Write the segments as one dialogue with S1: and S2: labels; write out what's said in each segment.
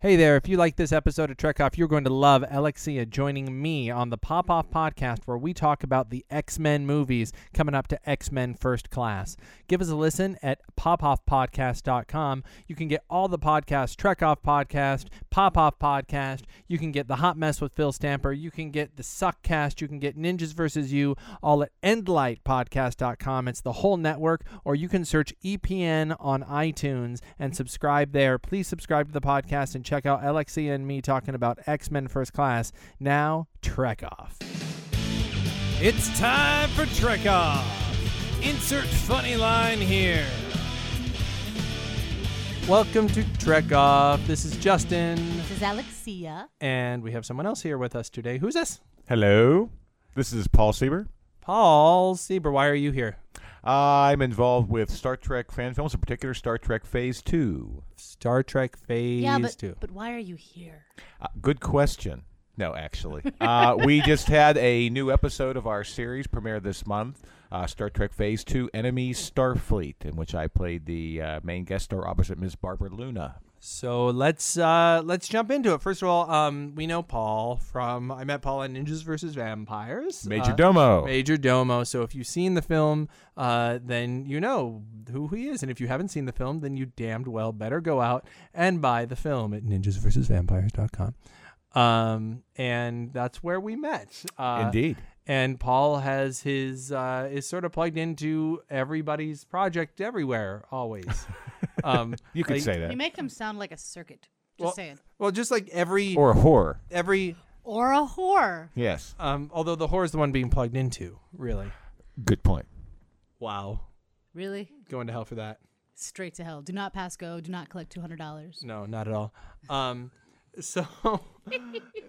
S1: Hey there, if you like this episode of Trek Off, you're going to love Alexia joining me on the Pop Off podcast where we talk about the X Men movies coming up to X Men First Class. Give us a listen at popoffpodcast.com. You can get all the podcasts Trek Off Podcast, Pop Off Podcast. You can get The Hot Mess with Phil Stamper. You can get The Suckcast. You can get Ninjas Versus You all at endlightpodcast.com. It's the whole network, or you can search EPN on iTunes and subscribe there. Please subscribe to the podcast and check out Alexia and me talking about X Men First Class. Now, Trek Off.
S2: It's time for Trek Off. Insert funny line here.
S1: Welcome to Trek Off. This is Justin,
S3: This is Alexia.
S1: and we have someone else here with us today. Who's this?
S4: Hello, this is Paul Sieber.
S1: Paul Sieber. Why are you here?
S4: I'm involved with Star Trek fan films, in particular Star Trek Phase 2.
S1: Star Trek Phase
S3: yeah, but,
S1: 2.
S3: but why are you here?
S4: Uh, good question. No, actually. uh, we just had a new episode of our series premiere this month uh, Star Trek Phase 2 Enemy Starfleet, in which I played the uh, main guest star opposite Miss Barbara Luna.
S1: So let's uh, let's jump into it. First of all, um, we know Paul from I met Paul in Ninjas vs Vampires.
S4: Major
S1: uh,
S4: Domo.
S1: Major Domo. So if you've seen the film, uh, then you know who he is, and if you haven't seen the film, then you damned well better go out and buy the film at ninjasversusvampires.com. Um, and that's where we met. Uh,
S4: Indeed.
S1: and Paul has his uh, is sort of plugged into everybody's project everywhere always. um,
S4: You could
S1: like-
S4: say that.
S5: You make them sound like a circuit. Just
S1: Well-
S5: saying.
S1: well, just like every
S4: Or a horror.
S1: every
S5: Or a whore.
S4: Yes.
S1: um, although the whore is the one being plugged into really.
S4: Good point.
S1: Wow,
S5: Really?
S1: going to hell for that.
S5: Straight to hell. Do not pass go. Do not collect two hundred dollars.
S4: Mm.
S1: No, not at all. Um, so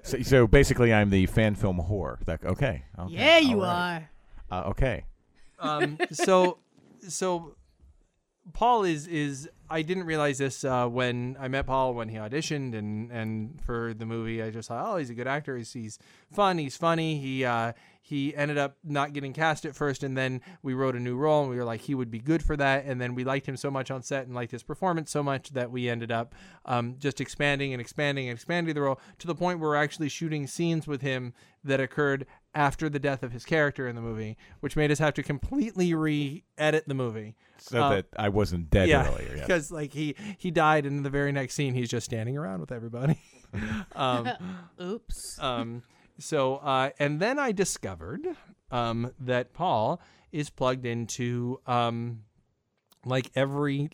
S4: So, so basically, I'm the fan film whore. Like, okay. okay,
S5: Yeah, you
S4: all right.
S5: are.
S4: Uh, okay.
S1: um, so so Paul is is I didn't realize this uh, when I met Paul when he auditioned and and for the movie I just thought oh he's a good actor he's, he's fun he's funny he uh, he ended up not getting cast at first and then we wrote a new role and we were like he would be good for that and then we liked him so much on set and liked his performance so much that we ended up um, just expanding and expanding and expanding the role to the point where we're actually shooting scenes with him that occurred after the death of his character in the movie which made us have to completely re-edit the movie
S4: So
S1: Uh,
S4: that I wasn't dead earlier. Yeah.
S1: because like he he died, and in the very next scene, he's just standing around with everybody. um,
S5: Oops.
S1: um, so uh, and then I discovered um, that Paul is plugged into um, like every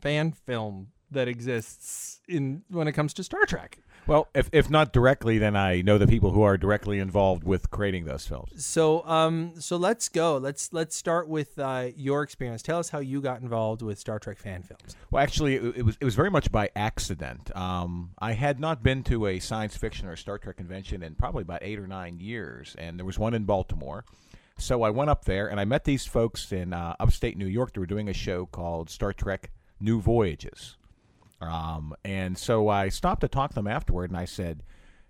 S1: fan film that exists in when it comes to Star Trek.
S4: Well, if, if not directly, then I know the people who are directly involved with creating those films.
S1: So um, so let's go. Let's let's start with uh, your experience. Tell us how you got involved with Star Trek fan films.
S4: Well, actually, it, it was it was very much by accident. Um, I had not been to a science fiction or Star Trek convention in probably about eight or nine years, and there was one in Baltimore. So I went up there and I met these folks in uh, upstate New York. They were doing a show called Star Trek New Voyages. Um, and so I stopped to talk to them afterward, and I said,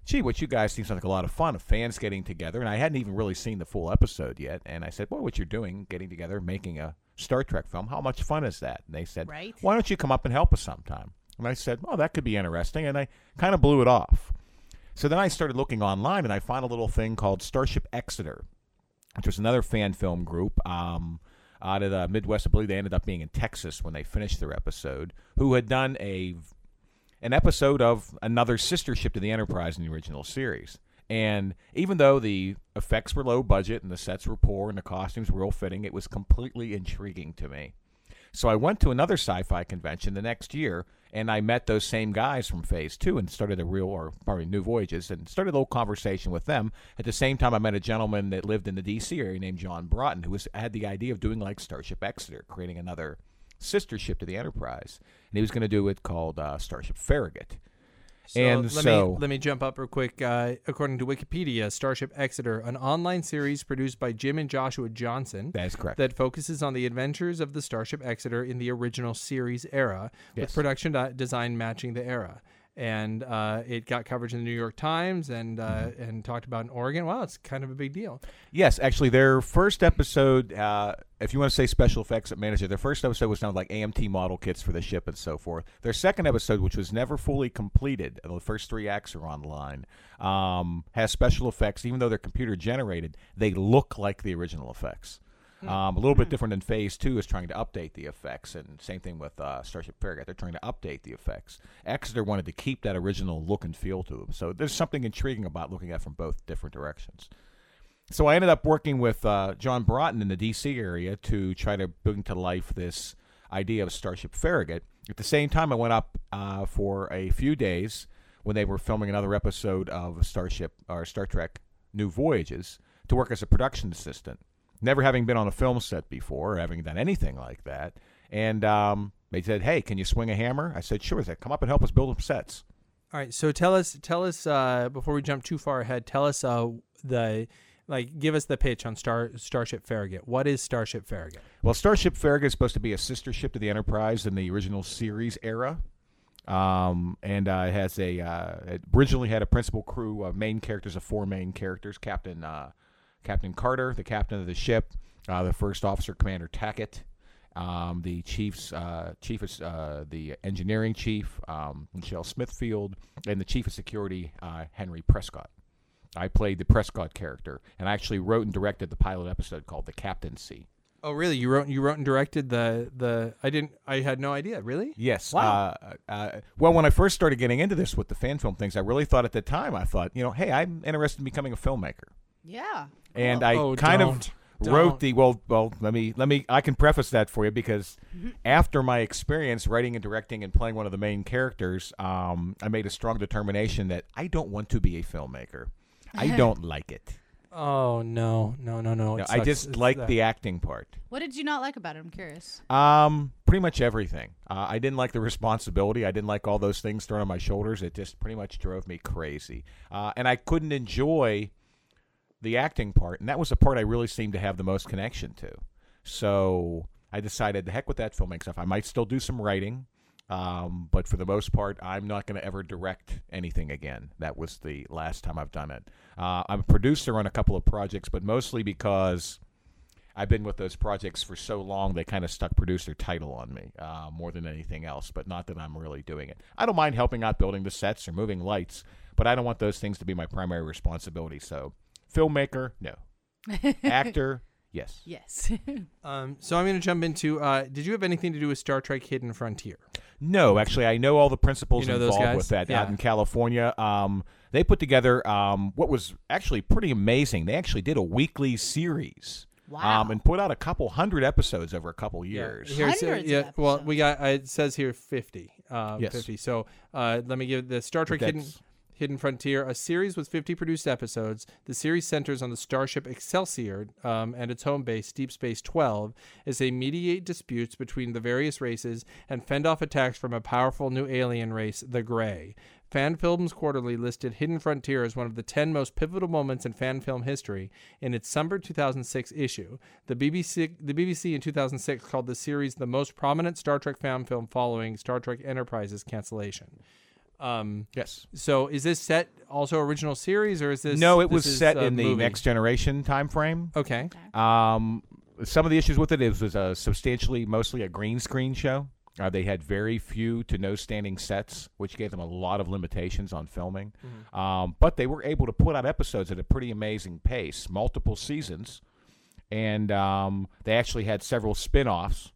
S4: "Gee, what you guys seems like a lot of fun of fans getting together." And I hadn't even really seen the full episode yet, and I said, "Well, what you're doing, getting together, making a Star Trek film, how much fun is that?" And they said,
S5: Right.
S4: "Why don't you come up and help us sometime?" And I said, "Well, that could be interesting," and I kind of blew it off. So then I started looking online, and I found a little thing called Starship Exeter which was another fan film group um, out of the Midwest. I believe they ended up being in Texas when they finished their episode, who had done a an episode of another sister ship to the Enterprise in the original series. And even though the effects were low budget and the sets were poor and the costumes were ill fitting, it was completely intriguing to me. So I went to another sci-fi convention the next year, and I met those same guys from Phase Two, and started a real, or probably New Voyages, and started a little conversation with them. At the same time, I met a gentleman that lived in the D.C. area named John Broughton, who was, had the idea of doing like Starship Exeter, creating another sister ship to the Enterprise, and he was going to do it called uh, Starship Farragut.
S1: So
S4: And
S1: let
S4: so-
S1: me let me jump up real quick. Uh, according to Wikipedia, Starship Exeter, an online series produced by Jim and Joshua Johnson
S4: That is correct.
S1: that focuses on the adventures of the Starship Exeter in the original series era, with
S4: Yes.
S1: production di- design matching the era. and uh, it got coverage in the New York Times and uh,
S4: Mm-hmm.
S1: and talked about in Oregon. Wow, it's kind of a big deal.
S4: Yes, actually, their first episode, uh, if you want to say special effects manager, their first episode was done with like AMT model kits for the ship and so forth. Their second episode, which was never fully completed, and the first three acts are online, um, has special effects. Even though they're computer generated, they look like the original effects. Um, a little bit different than Phase Two is trying to update the effects, and same thing with uh, Starship Farragut. They're trying to update the effects. Exeter wanted to keep that original look and feel to them, so there's something intriguing about looking at it from both different directions. So I ended up working with uh, John Broughton in the D.C. area to try to bring to life this idea of Starship Farragut. At the same time, I went up uh, for a few days when they were filming another episode of Starship or Star Trek New Voyages to work as a production assistant, never having been on a film set before or having done anything like that. And um, they said, "Hey, can you swing a hammer?" I said, "Sure." They said, "Come up and help us build up sets."
S1: All right. So tell us, tell us uh, before we jump too far ahead. Tell us uh, the like, give us the pitch on Star Starship Farragut. What is Starship Farragut?
S4: Well, Starship Farragut is supposed to be a sister ship to the Enterprise in the original series era. Um, and uh, it has a uh, it originally had a principal crew of main characters of four main characters: Captain uh, Captain Carter, the captain of the ship, uh, the first officer Commander Tackett, um, the chief's uh, chief of s- uh, the engineering chief um, Michelle Smithfield, and the chief of security uh, Henry Prescott. I played the Prescott character, and I actually wrote and directed the pilot episode called "The Captaincy."
S1: Oh, really? You wrote you wrote and directed the the I didn't I had no idea. Really?
S4: Yes.
S1: Wow.
S4: Uh, uh, well, when I first started getting into this with the fan film things, I really thought at the time, I thought, you know, hey, I'm interested in becoming a filmmaker,
S5: Yeah.
S4: and
S1: Well,
S4: I
S1: oh,
S4: kind
S1: don't.
S4: of
S1: Don't.
S4: wrote the well. Well, let me let me. I can preface that for you because
S1: Mm-hmm.
S4: after my experience writing and directing and playing one of the main characters, um, I made a strong determination that I don't want to be a filmmaker. I don't like it.
S1: Oh no, no, no, no.
S4: No,
S1: it
S4: I
S1: sucks.
S4: just
S1: It's
S4: like
S1: that-
S4: the acting part.
S5: What did you not like about it? I'm curious.
S4: Um, pretty much everything. Uh, I didn't like the responsibility. I didn't like all those things thrown on my shoulders. It just pretty much drove me crazy, uh, and I couldn't enjoy the acting part. And that was the part I really seemed to have the most connection to. So I decided, the heck with that filmmaking stuff. I might still do some writing, um, but for the most part, I'm not going to ever direct anything again. That was the last time I've done it. Uh, I'm a producer on a couple of projects, but mostly because. I've been with those projects for so long they kind of stuck producer title on me uh, more than anything else. But not that I'm really doing it. I don't mind helping out building the sets or moving lights, but I don't want those things to be my primary responsibility. So, filmmaker, no. Actor, yes.
S5: Yes.
S1: Um, so I'm going to jump into. Uh, did you have anything to do with Star Trek Hidden Frontier?
S4: No, actually, I know all the principals
S1: You know those
S4: involved
S1: guys?
S4: with that out
S1: Yeah.
S4: in California. Um, they put together um, what was actually pretty amazing. They actually did a weekly series.
S5: Wow.
S4: Um, and put out a couple hundred episodes over a couple years.
S1: Here's-
S5: Hundreds of
S1: yeah. Well,
S5: episodes.
S1: we got. uh, It says here 50. Uh,
S4: Yes.
S1: 50. So uh, let me give the Star Trek Hidden
S4: that's-
S1: Hidden Frontier, a series with 50 produced episodes. The series centers on the starship Excelsior um, and its home base, Deep Space 12, as they mediate disputes between the various races and fend off attacks from a powerful new alien race, the Grey. Fan Films Quarterly listed Hidden Frontier as one of the 10 most pivotal moments in fan film history in its summer 2006 issue. The BBC, the BBC in 2006 called the series the most prominent Star Trek fan film following Star Trek Enterprise's cancellation. Um,
S4: Yes.
S1: so is this set also original series or is this
S4: no, it
S1: this
S4: was
S1: is
S4: set
S1: a
S4: in the
S1: movie?
S4: Next Generation time frame.
S1: Okay.
S4: Um, some of the issues with it is was a substantially mostly a green screen show. Uh, they had very few to no standing sets, which gave them a lot of limitations on filming. Um, but they were able to put out episodes at a pretty amazing pace, multiple seasons, and um, they actually had several spin-offs.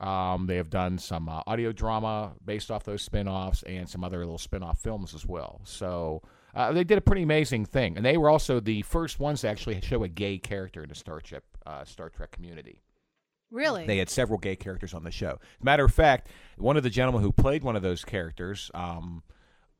S4: Um, they have done some uh, audio drama based off those spin-offs and some other little spin-off films as well. So uh, they did a pretty amazing thing, and they were also the first ones to actually show a gay character in the Star Trek uh, Star Trek community.
S5: really?
S4: They had several gay characters on the show. Matter of fact, one of the gentlemen who played one of those characters, um,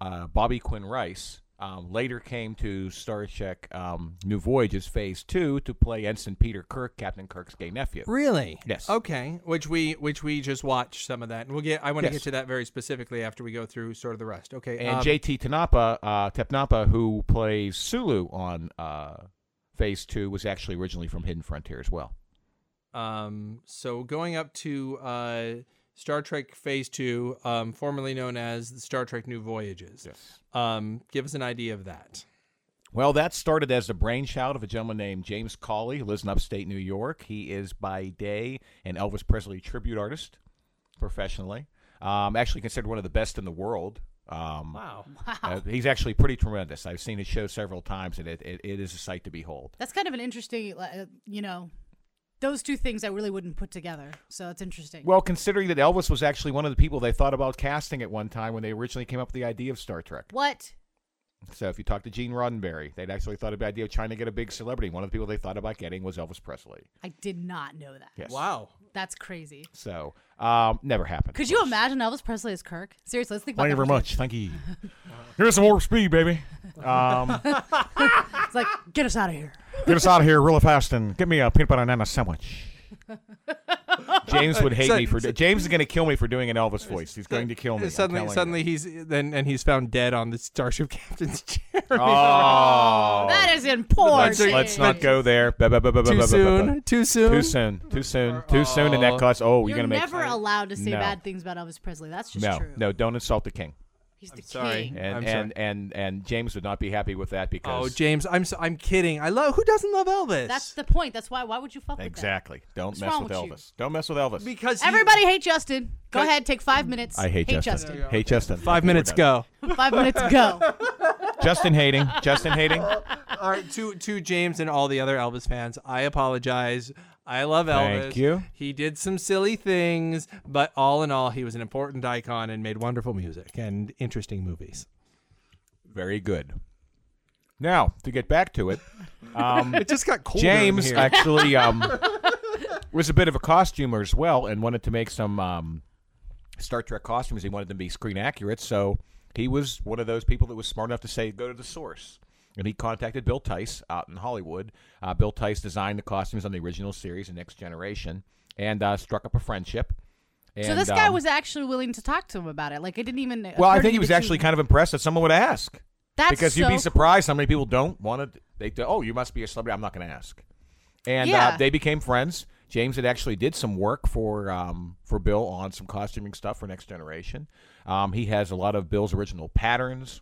S4: uh, Bobby Quinn Rice, um, later came to Star Trek um, New Voyages Phase Two to play Ensign Peter Kirk, Captain Kirk's gay nephew.
S1: Really?
S4: Yes.
S1: Okay. Which we which we just watched some of that, and we'll get. I want to
S4: Yes.
S1: get to that very specifically after we go through sort of the rest. Okay.
S4: and
S1: um,
S4: JT Tanapa, uh, Tepnapa, who plays Sulu on uh, Phase Two, was actually originally from Hidden Frontier as well.
S1: Um. So going up to uh, Star Trek Phase Two, um, formerly known as the Star Trek New Voyages.
S4: Yes.
S1: Um, give us an idea of that.
S4: Well, that started as the brainchild of a gentleman named James Cawley, who lives in upstate New York. He is by day an Elvis Presley tribute artist professionally. Um, actually considered one of the best in the world. Um,
S1: Wow.
S4: uh, he's actually pretty tremendous. I've seen his show several times, and it, it, it is a sight to behold.
S5: That's kind of an interesting, uh, you know, those two things I really wouldn't put together. So it's interesting.
S4: Well, considering that Elvis was actually one of the people they thought about casting at one time when they originally came up with the idea of Star Trek.
S5: what?
S4: So if you talk to Gene Roddenberry, they'd actually thought of the idea of trying to get a big celebrity. One of the people they thought about getting was Elvis Presley.
S5: I did not know that.
S4: Yes.
S1: Wow.
S5: That's crazy.
S4: So um, never happened.
S5: Could you imagine Elvis Presley as Kirk? Seriously, let's think about
S4: Thank
S5: that.
S4: you very
S5: for a
S4: much. Thank you. Here's some more speed, baby. Um,
S5: second. It's like, get us out of here.
S4: get us out of here really fast and get me a peanut butter and banana sandwich. James would hate
S1: So-
S4: me for. James is going to kill me for doing an Elvis voice. He's going to kill me. I'm
S1: Suddenly,
S4: telling you.
S1: suddenly he's then and he's found dead on the starship captain's chair.
S4: Oh,
S5: That is in poor
S4: let's, let's not go there. Ba- ba- ba- ba- ba-
S1: too
S4: ba- ba-
S1: soon.
S4: ba-
S1: Too soon.
S4: Too soon. Too soon. Too soon. And that costs. Oh, you're,
S5: You're
S4: going to make.
S5: never allowed to say
S4: No.
S5: bad things about Elvis Presley. That's just
S4: no,
S5: true.
S4: no, don't insult the king.
S5: He's the
S1: sorry.
S5: king.
S4: And
S1: I'm sorry.
S4: and, and and James would not be happy with that because
S1: Oh, James, I'm so, I'm kidding. I love who doesn't love Elvis.
S5: That's the point. That's why. Why would you fuck
S4: exactly. Don't
S5: What's
S4: mess
S5: wrong
S4: with
S5: with you?
S4: Elvis. Don't mess with Elvis.
S1: because
S5: with
S1: he-
S5: that? Everybody hate Justin. Go
S1: Cut.
S5: ahead. Take five minutes.
S4: I hate, Justin.
S5: Justin.
S4: Hate Justin.
S1: Five minutes go.
S5: five minutes. Go.
S4: Justin hating. Justin hating.
S1: All right, to to James and all the other Elvis fans, I apologize. I love Elvis.
S4: Thank you.
S1: He did some silly things, but all in all, he was an important icon and made wonderful music and interesting movies.
S4: Very good. Now to get back to it, um,
S1: It just got cold.
S4: James
S1: here.
S4: actually um, was a bit of a costumer as well and wanted to make some um, Star Trek costumes. He wanted them to be screen accurate, so he was one of those people that was smart enough to say, "Go to the source." And he contacted Bill Tice out in Hollywood. Uh, Bill Tice designed the costumes on the original series, The Next Generation, and uh, struck up a friendship.
S5: so
S4: And,
S5: this guy
S4: um,
S5: was actually willing to talk to him about it. Like it didn't even.
S4: Well, I
S5: occur to
S4: think he
S5: you
S4: was
S5: that you-
S4: actually kind of impressed that someone would ask.
S5: That's
S4: because
S5: so
S4: you'd be surprised how many people don't want to. They th- oh, you must be a celebrity. I'm not going to ask. And uh,
S5: Yeah.
S4: they became friends. James had actually did some work for um, for Bill on some costuming stuff for Next Generation. Um, he has a lot of Bill's original patterns,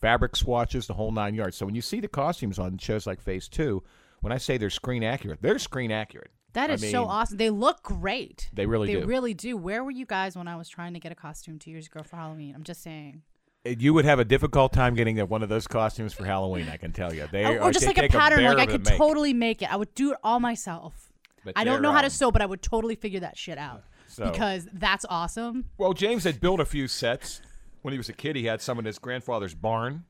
S4: fabric swatches, the whole nine yards. So when you see the costumes on shows like Phase Two, when I say they're screen accurate, they're screen accurate.
S5: That
S4: I
S5: is so
S4: mean,
S5: awesome. They look great.
S4: They really
S5: they
S4: do.
S5: really do. Where were you guys when I was trying to get a costume two years ago for Halloween? I'm just saying.
S4: You would have a difficult time getting one of those costumes for Halloween. I can tell you. They
S5: Oh, Or-
S4: are-
S5: or just
S4: they
S5: like a
S4: take
S5: pattern. like
S4: bear
S5: I
S4: to
S5: could
S4: make.
S5: totally make it. I would do it all myself.
S4: But
S5: I don't
S4: they're,
S5: know how
S4: um,
S5: to sew, but I would totally figure that shit out
S4: so-
S5: because that's awesome.
S4: Well, James had built a few sets when he was a kid. He had some in his grandfather's barn.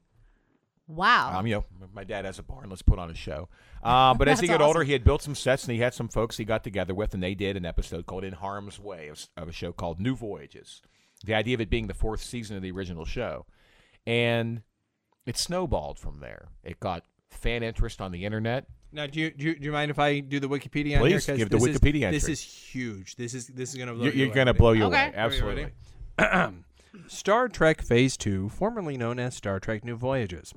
S5: Wow.
S4: Um, you know, my dad has a barn. Let's put on a show. Uh, but as he
S5: That's
S4: got older,
S5: awesome.
S4: he had built some sets, and he had some folks he got together with, and they did an episode called "In Harm's Way" of, of a show called New Voyages. The idea of it being the fourth season of the original show, and it snowballed from there. It got fan interest on the internet.
S1: Now, do you, do you do you mind if I do the Wikipedia? on here?
S4: Please,
S1: 'Cause
S4: give the
S1: this is-
S4: Wikipedia
S1: This
S4: entry.
S1: is huge. This is this is gonna blow
S4: You're,
S1: you
S4: you're
S1: away.
S4: going to blow you
S5: Okay. Are
S4: away,
S5: you
S4: absolutely.
S1: ready? Star Trek Phase 2, formerly known as Star Trek New Voyages.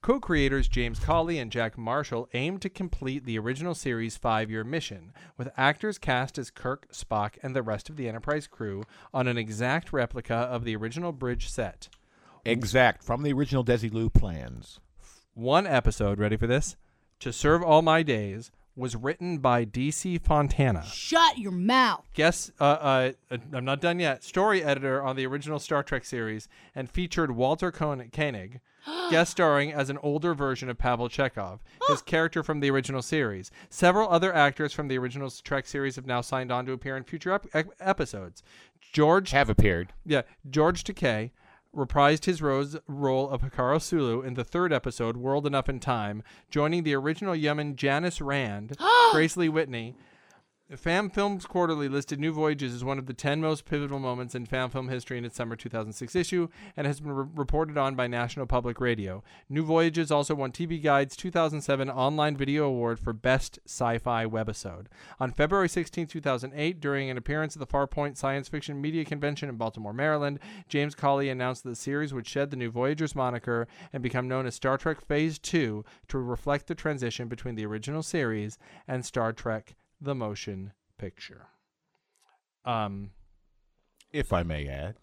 S1: Co creators James Cawley and Jack Marshall aimed to complete the original series' five year mission, with actors cast as Kirk, Spock, and the rest of the Enterprise crew on an exact replica of the original bridge set.
S4: Exact from the original Desilu plans.
S1: One episode, ready for this? To Serve All My Days was written by DC Fontana.
S5: Shut your mouth.
S1: Guess uh, uh, I'm not done yet. Story editor on the original Star Trek series and featured Walter Koenig, Koenig guest starring as an older version of Pavel Chekhov, his character from the original series. Several other actors from the original Trek series have now signed on to appear in future ep- ep- episodes. George
S4: Have appeared.
S1: yeah, George Takei reprised his rose role of Hikaru Sulu in the third episode, World Enough in Time, joining the original yeoman Janice Rand, Grace Lee Whitney. Fam Films Quarterly listed New Voyages as one of the 10 most pivotal moments in fan film history in its summer 2006 issue and has been re- reported on by National Public Radio. New Voyages also won TV Guide's 2007 Online Video Award for Best Sci Fi Webisode. On February 16, 2008, during an appearance at the Farpoint Science Fiction Media Convention in Baltimore, Maryland, James Colley announced that the series would shed the New Voyagers moniker and become known as Star Trek Phase 2 to reflect the transition between the original series and Star Trek the motion picture. Um,
S4: if I may add.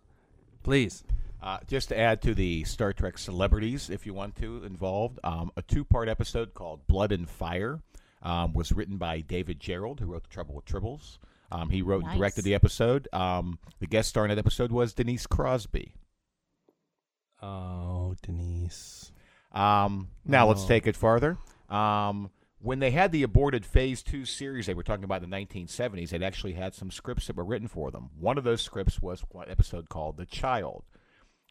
S1: Please.
S4: Uh, just to add to the Star Trek celebrities, if you want to, involved, um, a two part episode called Blood and Fire um, was written by David Gerald, who wrote The Trouble with Tribbles. Um, he wrote and directed
S3: Nice.
S4: the episode. Um, the guest star in that episode was Denise Crosby.
S1: Oh, Denise.
S4: Um, now let's
S1: Oh.
S4: take it farther. Um, when they had the aborted Phase Two series, they were talking about in the 1970s. They'd actually had some scripts that were written for them. One of those scripts was one episode called "The Child."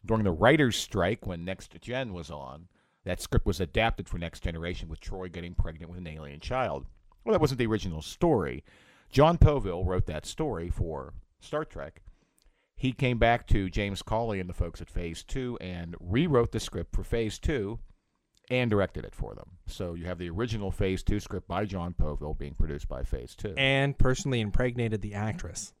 S4: During the writers' strike, when Next Gen was on, that script was adapted for Next Generation, with Troy getting pregnant with an alien child. Well, that wasn't the original story. John Poville wrote that story for Star Trek. He came back to James Cawley and the folks at Phase Two and rewrote the script for Phase Two and directed it for them. So you have the original Phase Two script by John Poville being produced by Phase Two.
S1: And personally impregnated the actress.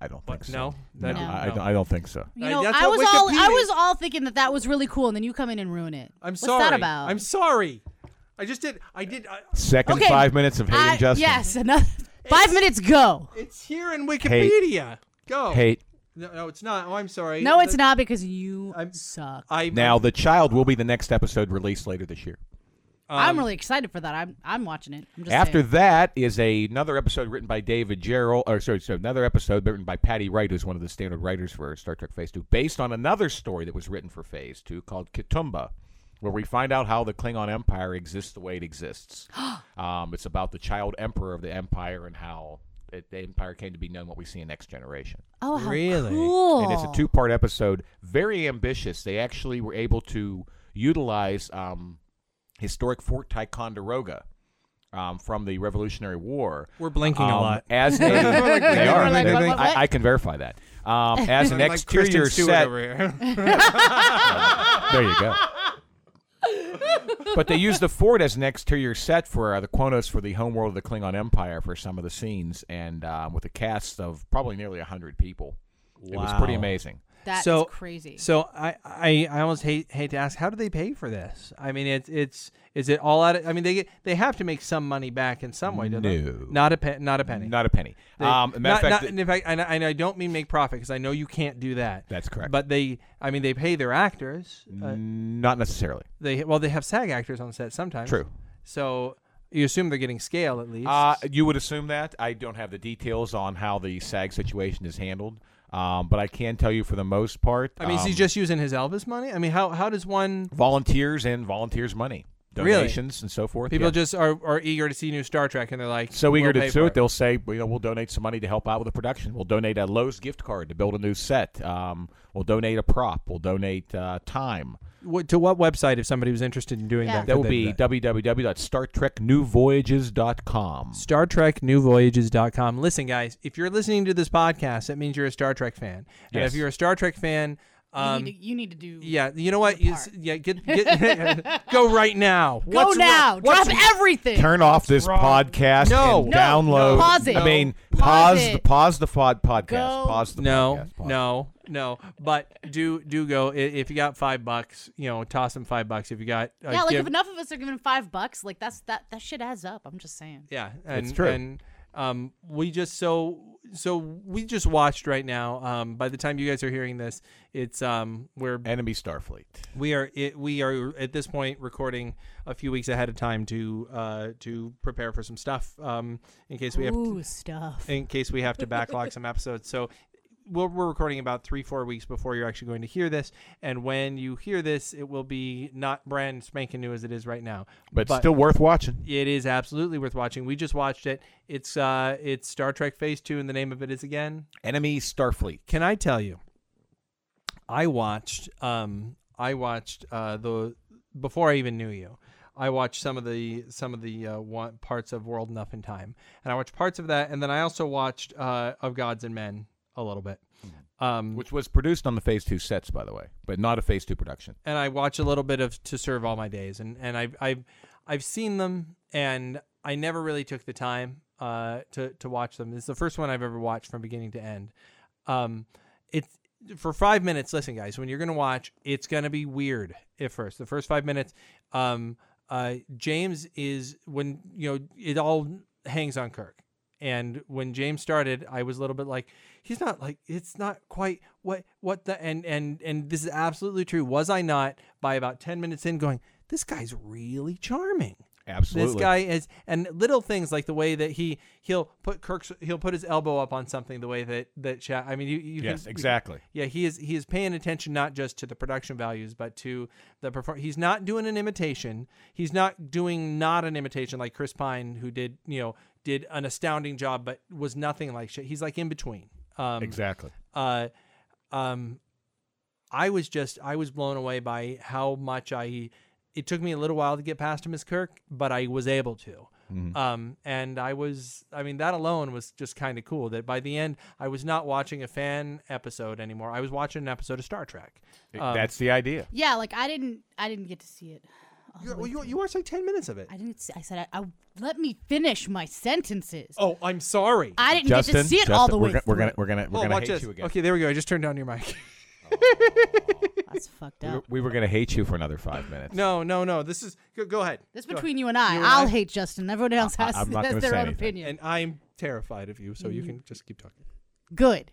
S4: I don't
S1: But
S4: think so.
S1: no, that didn't-
S4: no, I, I
S1: no.
S4: don't- I don't think so.
S5: You
S1: Uh,
S5: know,
S1: that's
S5: I
S1: what
S5: was all I
S1: Wikipedia-
S5: was all thinking that that was really cool, and then you come in and ruin it.
S1: I'm
S5: What's
S1: sorry.
S5: that about?
S1: I'm sorry. I just did. I did. I,
S4: Second
S5: Okay,
S4: five minutes of hating
S5: I-
S4: Justin.
S5: Yes, enough. Five minutes go.
S1: it's here in Wikipedia. Go.
S4: Hate.
S1: No, no, it's not. Oh, I'm sorry.
S5: No, it's
S1: That-
S5: not because you
S1: I'm-
S5: suck.
S1: I
S4: Now the child will be the next episode released later this year.
S5: I'm really excited for that. I'm I'm watching it. I'm just
S4: um, After
S5: saying.
S4: that is a, another episode written by David Gerald, or sorry, so another episode written by Patty Wright, who's one of the standard writers for Star Trek Phase Two, based on another story that was written for Phase Two called Kitumba, where we find out how the Klingon Empire exists the way it exists. um, it's about the child emperor of the Empire and how it, the Empire came to be known, what we see in Next Generation.
S5: oh how
S1: Really?
S5: cool.
S4: And it's a two part episode. Very ambitious. They actually were able to utilize um, historic Fort Ticonderoga um, from the Revolutionary War.
S1: We're blinking a
S4: um,
S1: lot.
S4: As a, they are. They
S5: We're
S4: are.
S5: like, what, what, what?
S4: I, I can verify that. Um, as an exterior set.
S2: here.
S4: There you go. but they used the fort as an exterior set for uh, the Quonos for the homeworld of the Klingon Empire for some of the scenes, and um, with a cast of probably nearly hundred people, it was pretty
S1: Wow.
S4: amazing.
S5: That is
S1: so-
S5: crazy.
S1: So I, I, I almost hate hate to ask. How do they pay for this? I mean, it's it's is it all out? Of, I mean, they get they have to make some money back in some way, don't they?
S4: No.
S1: Not a pe- not a penny.
S4: Not a penny.
S1: They-
S4: um, matter
S1: not-
S4: of fact,
S1: not-
S4: th-
S1: and in fact, and I, and I don't mean make profit because I know you can't do that.
S4: That's correct. Mm.
S1: But they, I mean, they pay their actors. Uh,
S4: Not necessarily.
S1: they well, they have SAG actors on set sometimes.
S4: True.
S1: So you assume they're getting scale at least.
S4: Uh, you would assume that. I don't have the details on how the SAG situation is handled, um, but I can tell you for the most part.
S1: I mean, is he
S4: um,
S1: just using his Elvis money? I mean, how how does one
S4: volunteers and volunteers' money,
S1: Really?
S4: donations and so forth.
S1: people
S4: yeah.
S1: just are, are eager to see new Star Trek and they're like
S4: so
S1: we'll
S4: eager
S1: pay
S4: to do
S1: for
S4: it, they'll say, you know, we'll donate some money to help out with the production. We'll donate a Lowe's gift card to build a new set. Um, we'll donate a prop. We'll donate uh, time.
S1: What, to what website if somebody was interested in doing
S5: Yeah.
S1: that?
S4: That
S1: could
S4: will
S1: they do
S4: be www.startreknewvoyages.com.
S1: Star Trek New Voyages.com. Listen, guys, if you're listening to this podcast, that means you're a Star Trek fan. And
S4: Yes.
S1: if you're a Star Trek fan,
S5: you,
S1: um,
S5: need to, you need to do.
S1: yeah, you know what?
S5: the
S1: You s- yeah, get, get go right now.
S5: Go now. Drop everything.
S4: Turn off this
S1: wrong?
S4: podcast.
S1: No.
S4: and
S1: No.
S4: download.
S5: No. Pause it.
S4: I mean,
S5: No.
S4: pause,
S5: Pause
S4: the
S5: it.
S4: pause the pod podcast.
S5: Go.
S4: Pause the
S1: No,
S4: podcast. Pause.
S1: no, no. But do do go I- if you got five bucks. You know, toss them five bucks. If you got uh,
S5: yeah, like
S1: give-
S5: if enough of us are giving five bucks, like that's that that shit adds up. I'm just saying.
S1: Yeah, and,
S4: true.
S1: And um, we just so so we just watched right now. Um, by the time you guys are hearing this, it's um we're
S4: Enemy Starfleet.
S1: we are it, we are at this point recording a few weeks ahead of time to uh to prepare for some stuff um in case we have
S5: Ooh, stuff.
S1: in case we have to backlog some episodes. So we're, we're recording about three, four weeks before you're actually going to hear this. And when you hear this, it will be not brand spanking new as it is right now.
S4: But, still worth watching.
S1: it is absolutely worth watching. We just watched it. It's uh, it's Star Trek Phase Two, and the name of it is again.
S4: Enemy Starfleet.
S1: Can I tell you? I watched um, I watched uh, the before I even knew you. I watched some of the some of the uh, one, parts of World Enough in Time, and I watched parts of that, and then I also watched uh, of Gods and Men a little bit. Um,
S4: Which was produced on the Phase 2 sets, by the way, but not a Phase 2 production.
S1: and I watch a little bit of To Serve All My Days, and and I've I've I've seen them, and I never really took the time uh, to to watch them. This is the first one I've ever watched from beginning to end. Um, it's for five minutes. Listen, guys, when you're gonna watch, it's gonna be weird at first. The first five minutes, um, uh, James is when you know it all hangs on Kirk and when James started, I was a little bit like, he's not like it's not quite what what the and and and this is absolutely true. Was I not by about ten minutes in going, this guy's really charming.
S4: Absolutely.
S1: This guy is, and little things like the way that he he'll put Kirk's he'll put his elbow up on something. The way that that Sha- I mean, you, you
S4: Yes,
S1: can,
S4: exactly.
S1: yeah, he is he is paying attention not just to the production values, but to the perform. He's not doing an imitation. He's not doing not an imitation like Chris Pine, who did you know did an astounding job, but was nothing like shit. He's like in between. Um,
S4: Exactly.
S1: uh, um, I was just I was blown away by how much I. It took me a little while to get past him as Kirk, but I was able to.
S4: Mm-hmm.
S1: Um, and I was, I mean, that alone was just kind of cool. That by the end, I was not watching a fan episode anymore. I was watching an episode of Star Trek. um,
S4: That's the idea.
S5: Yeah, like I didn't, I didn't get to see it. all the way
S1: you,
S5: through.
S1: you watched like ten minutes of it.
S5: I didn't. See, I said, I, I let me finish my sentences.
S1: oh, I'm sorry.
S5: I didn't
S4: Justin,
S5: get to see it
S4: Justin,
S5: all the way
S4: we're gonna- we're
S5: through.
S4: gonna we're gonna we're
S1: Oh,
S4: gonna
S1: watch
S4: hate
S1: this.
S4: you again.
S1: Okay, there we go. I just turned down your mic.
S5: That's fucked
S4: We were,
S5: up.
S4: we were gonna hate you for another five minutes.
S1: no, no, no. This is go, go ahead.
S5: That's
S1: Go
S5: between you and I.
S1: You and
S5: I'll
S1: I-
S5: hate Justin. Everyone else
S4: I-
S5: has,
S4: I'm not
S5: has
S4: gonna
S5: their
S4: say
S5: own
S4: anything.
S5: opinion.
S1: And I'm terrified of you, so
S5: Mm-hmm.
S1: you can just keep talking.
S5: Good.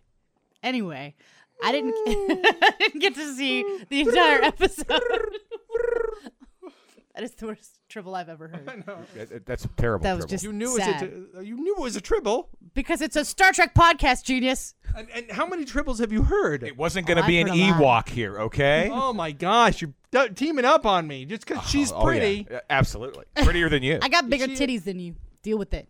S5: Anyway, I didn't, I didn't get to see the entire episode. that is the worst triple I've ever heard.
S4: That- that- that's terrible.
S5: That was
S4: terrible.
S5: just
S1: You knew
S5: sad.
S1: it was a, you knew it was a tribble.
S5: because it's a Star Trek podcast, genius.
S1: And, and how many tribbles have you heard?
S4: It wasn't gonna
S5: I've
S4: be an
S5: heard a lot.
S4: Ewok here, okay?
S1: oh my gosh, you're d- teaming up on me just because she's
S4: Oh, yeah.
S1: pretty.
S4: Uh, Absolutely. Prettier than you.
S5: I got bigger titties than you. Deal with it.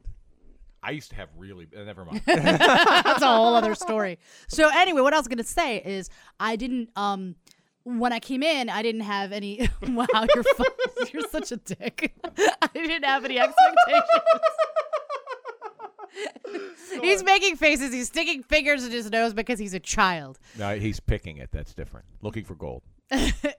S4: I used to have really. uh, never mind.
S5: That's a whole other story. So anyway, what I was gonna say is I didn't um when I came in, I didn't have any. Wow, you're fu- you're such a dick. I didn't have any expectations. he's making faces. He's sticking fingers in his nose because he's a child.
S4: no, he's picking it. That's different. Looking for gold.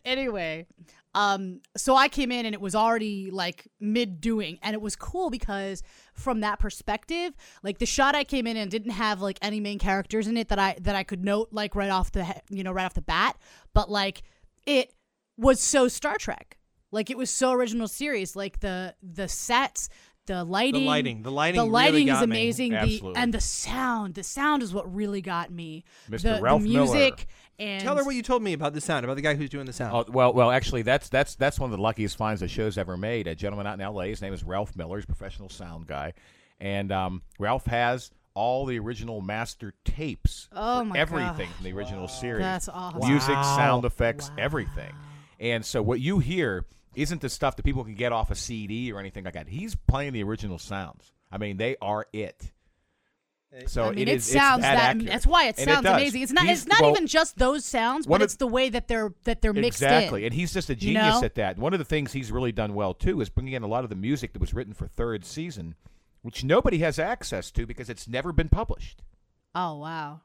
S5: anyway, um, so I came in and it was already like mid doing, and it was cool because from that perspective, like the shot I came in and didn't have like any main characters in it that I that I could note like right off the he- you know right off the bat, but like it was so Star Trek, like it was so original series, like the the sets. The lighting,
S1: lighting- the lighting
S5: the
S1: really
S5: lighting is
S1: got me.
S5: amazing. The,
S4: Absolutely.
S5: and the sound, the sound is what really got me.
S4: Mr.
S5: The,
S4: Ralph
S5: the
S4: Miller.
S5: music and
S1: Tell her what you told me about the sound, about the guy who's doing the sound.
S4: Oh, well, well, actually, that's that's that's one of the luckiest finds the show's ever made. A gentleman out in L.A. His name is Ralph Miller. He's a professional sound guy, and um, Ralph has all the original master tapes.
S5: Oh,
S4: for
S5: my
S4: Everything from the original series.
S5: That's awesome.
S4: Music, sound effects,
S5: Wow.
S4: everything. And so what you hear isn't the stuff that people can get off a CD or anything like that. He's playing the original sounds. I mean, they are it. So
S5: I mean, it,
S4: it is. it's
S5: sounds
S4: that.
S5: that.
S4: accurate.
S5: that's why it
S4: And
S5: sounds
S4: does.
S5: amazing. It's not.
S4: He's-
S5: it's not
S4: well,
S5: even just those sounds,
S4: one
S5: but
S4: of-
S5: it's the way that they're that they're mixed
S4: exactly.
S5: in.
S4: And he's just a
S5: You
S4: genius
S5: know?
S4: at that. One of the things he's really done well too is bringing in a lot of the music that was written for third season, which nobody has access to because it's never been published.
S5: oh wow,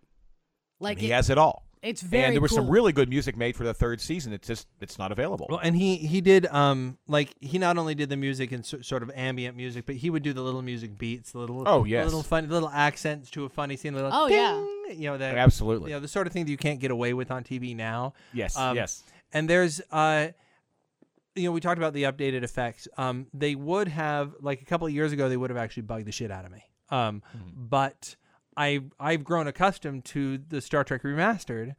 S5: like
S4: he
S5: it,
S4: has it all.
S5: it's very.
S4: and there was some
S5: cool.
S4: really good music made for the third season. It's just it's not available.
S1: Well, and he he did um like he not only did the music and so, sort of ambient music, but he would do the little music beats, the little
S4: Oh,
S1: the
S4: yes.
S1: little funny little accents to a funny scene, little
S5: Oh, yeah.
S1: ding, you know that
S4: Absolutely.
S1: you know the sort of thing that you can't get away with on TV now.
S4: Yes,
S1: Um,
S4: yes.
S1: And there's uh you know, we talked about the updated effects. Um, they would have like a couple of years ago, they would have actually bugged the shit out of me. Um, but I I've grown accustomed to the Star Trek remastered,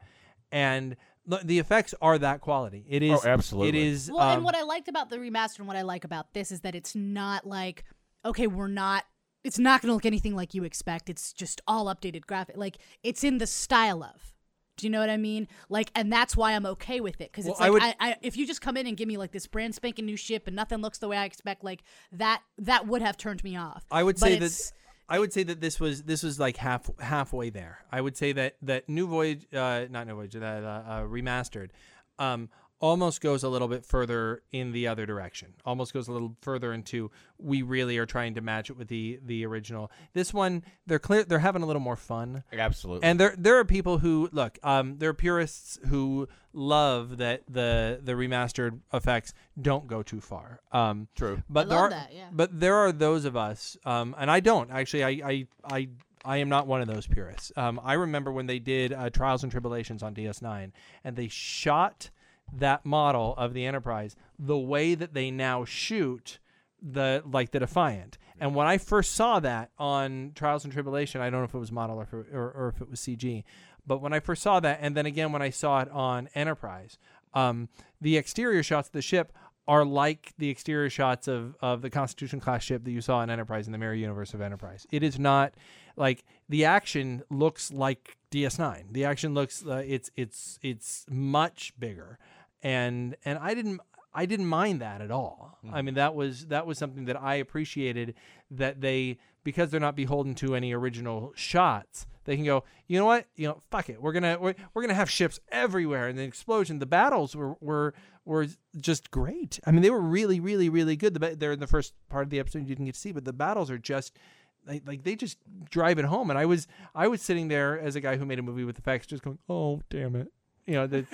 S1: and the, the effects are that quality. It is
S4: absolutely.
S1: It is
S5: Well,
S1: um,
S5: and what I liked about the remaster and what I like about this is that it's not like okay, we're not. It's not going to look anything like you expect. It's just all updated graphic. Like it's in the style of. Do you know what I mean? Like, and that's why I'm okay with it because it's
S1: Well, I
S5: like I
S1: would-
S5: I, if you just come in and give me like this brand spanking new ship and nothing looks the way I expect, like that that would have turned me off.
S1: I would
S5: But
S1: say
S5: it's-
S1: that I would say that this was this was like half halfway there. I would say that that New Voyage, uh, not New Voyage, that uh, uh, remastered, um, almost goes a little bit further in the other direction. Almost goes a little further into we really are trying to match it with the the original. This one, they're clear, they're having a little more fun.
S4: Absolutely.
S1: And there there are people who look, um, there are purists who love that the the remastered effects don't go too far. Um,
S4: True.
S1: But
S5: I
S1: there
S5: love
S1: are
S5: that, yeah.
S1: but there are those of us, um, and I don't actually. I I. I I am not one of those purists. Um, I remember when they did uh, Trials and Tribulations on DS9, and they shot that model of the Enterprise the way that they now shoot the like the Defiant. And when I first saw that on Trials and Tribulation, I don't know if it was model or if it, or, or if it was CG, but when I first saw that, and then again when I saw it on Enterprise, um, the exterior shots of the ship are like the exterior shots of of the Constitution class ship that you saw in Enterprise in the mirror universe of Enterprise. It is not like the action looks like DS9. The action looks uh, it's it's it's much bigger, and and I didn't I didn't mind that at all. I mean, that was that was something that I appreciated that they because they're not beholden to any original shots. They can go, you know what, you know, fuck it. We're gonna we're, we're gonna have ships everywhere, and the explosion, the battles were were were just great. I mean, they were really, really, really good. The, ba- they're in the first part of the episode you didn't get to see, but the battles are just like, like they just drive it home. And I was I was sitting there as a guy who made a movie with effects, just going, oh damn it, you know that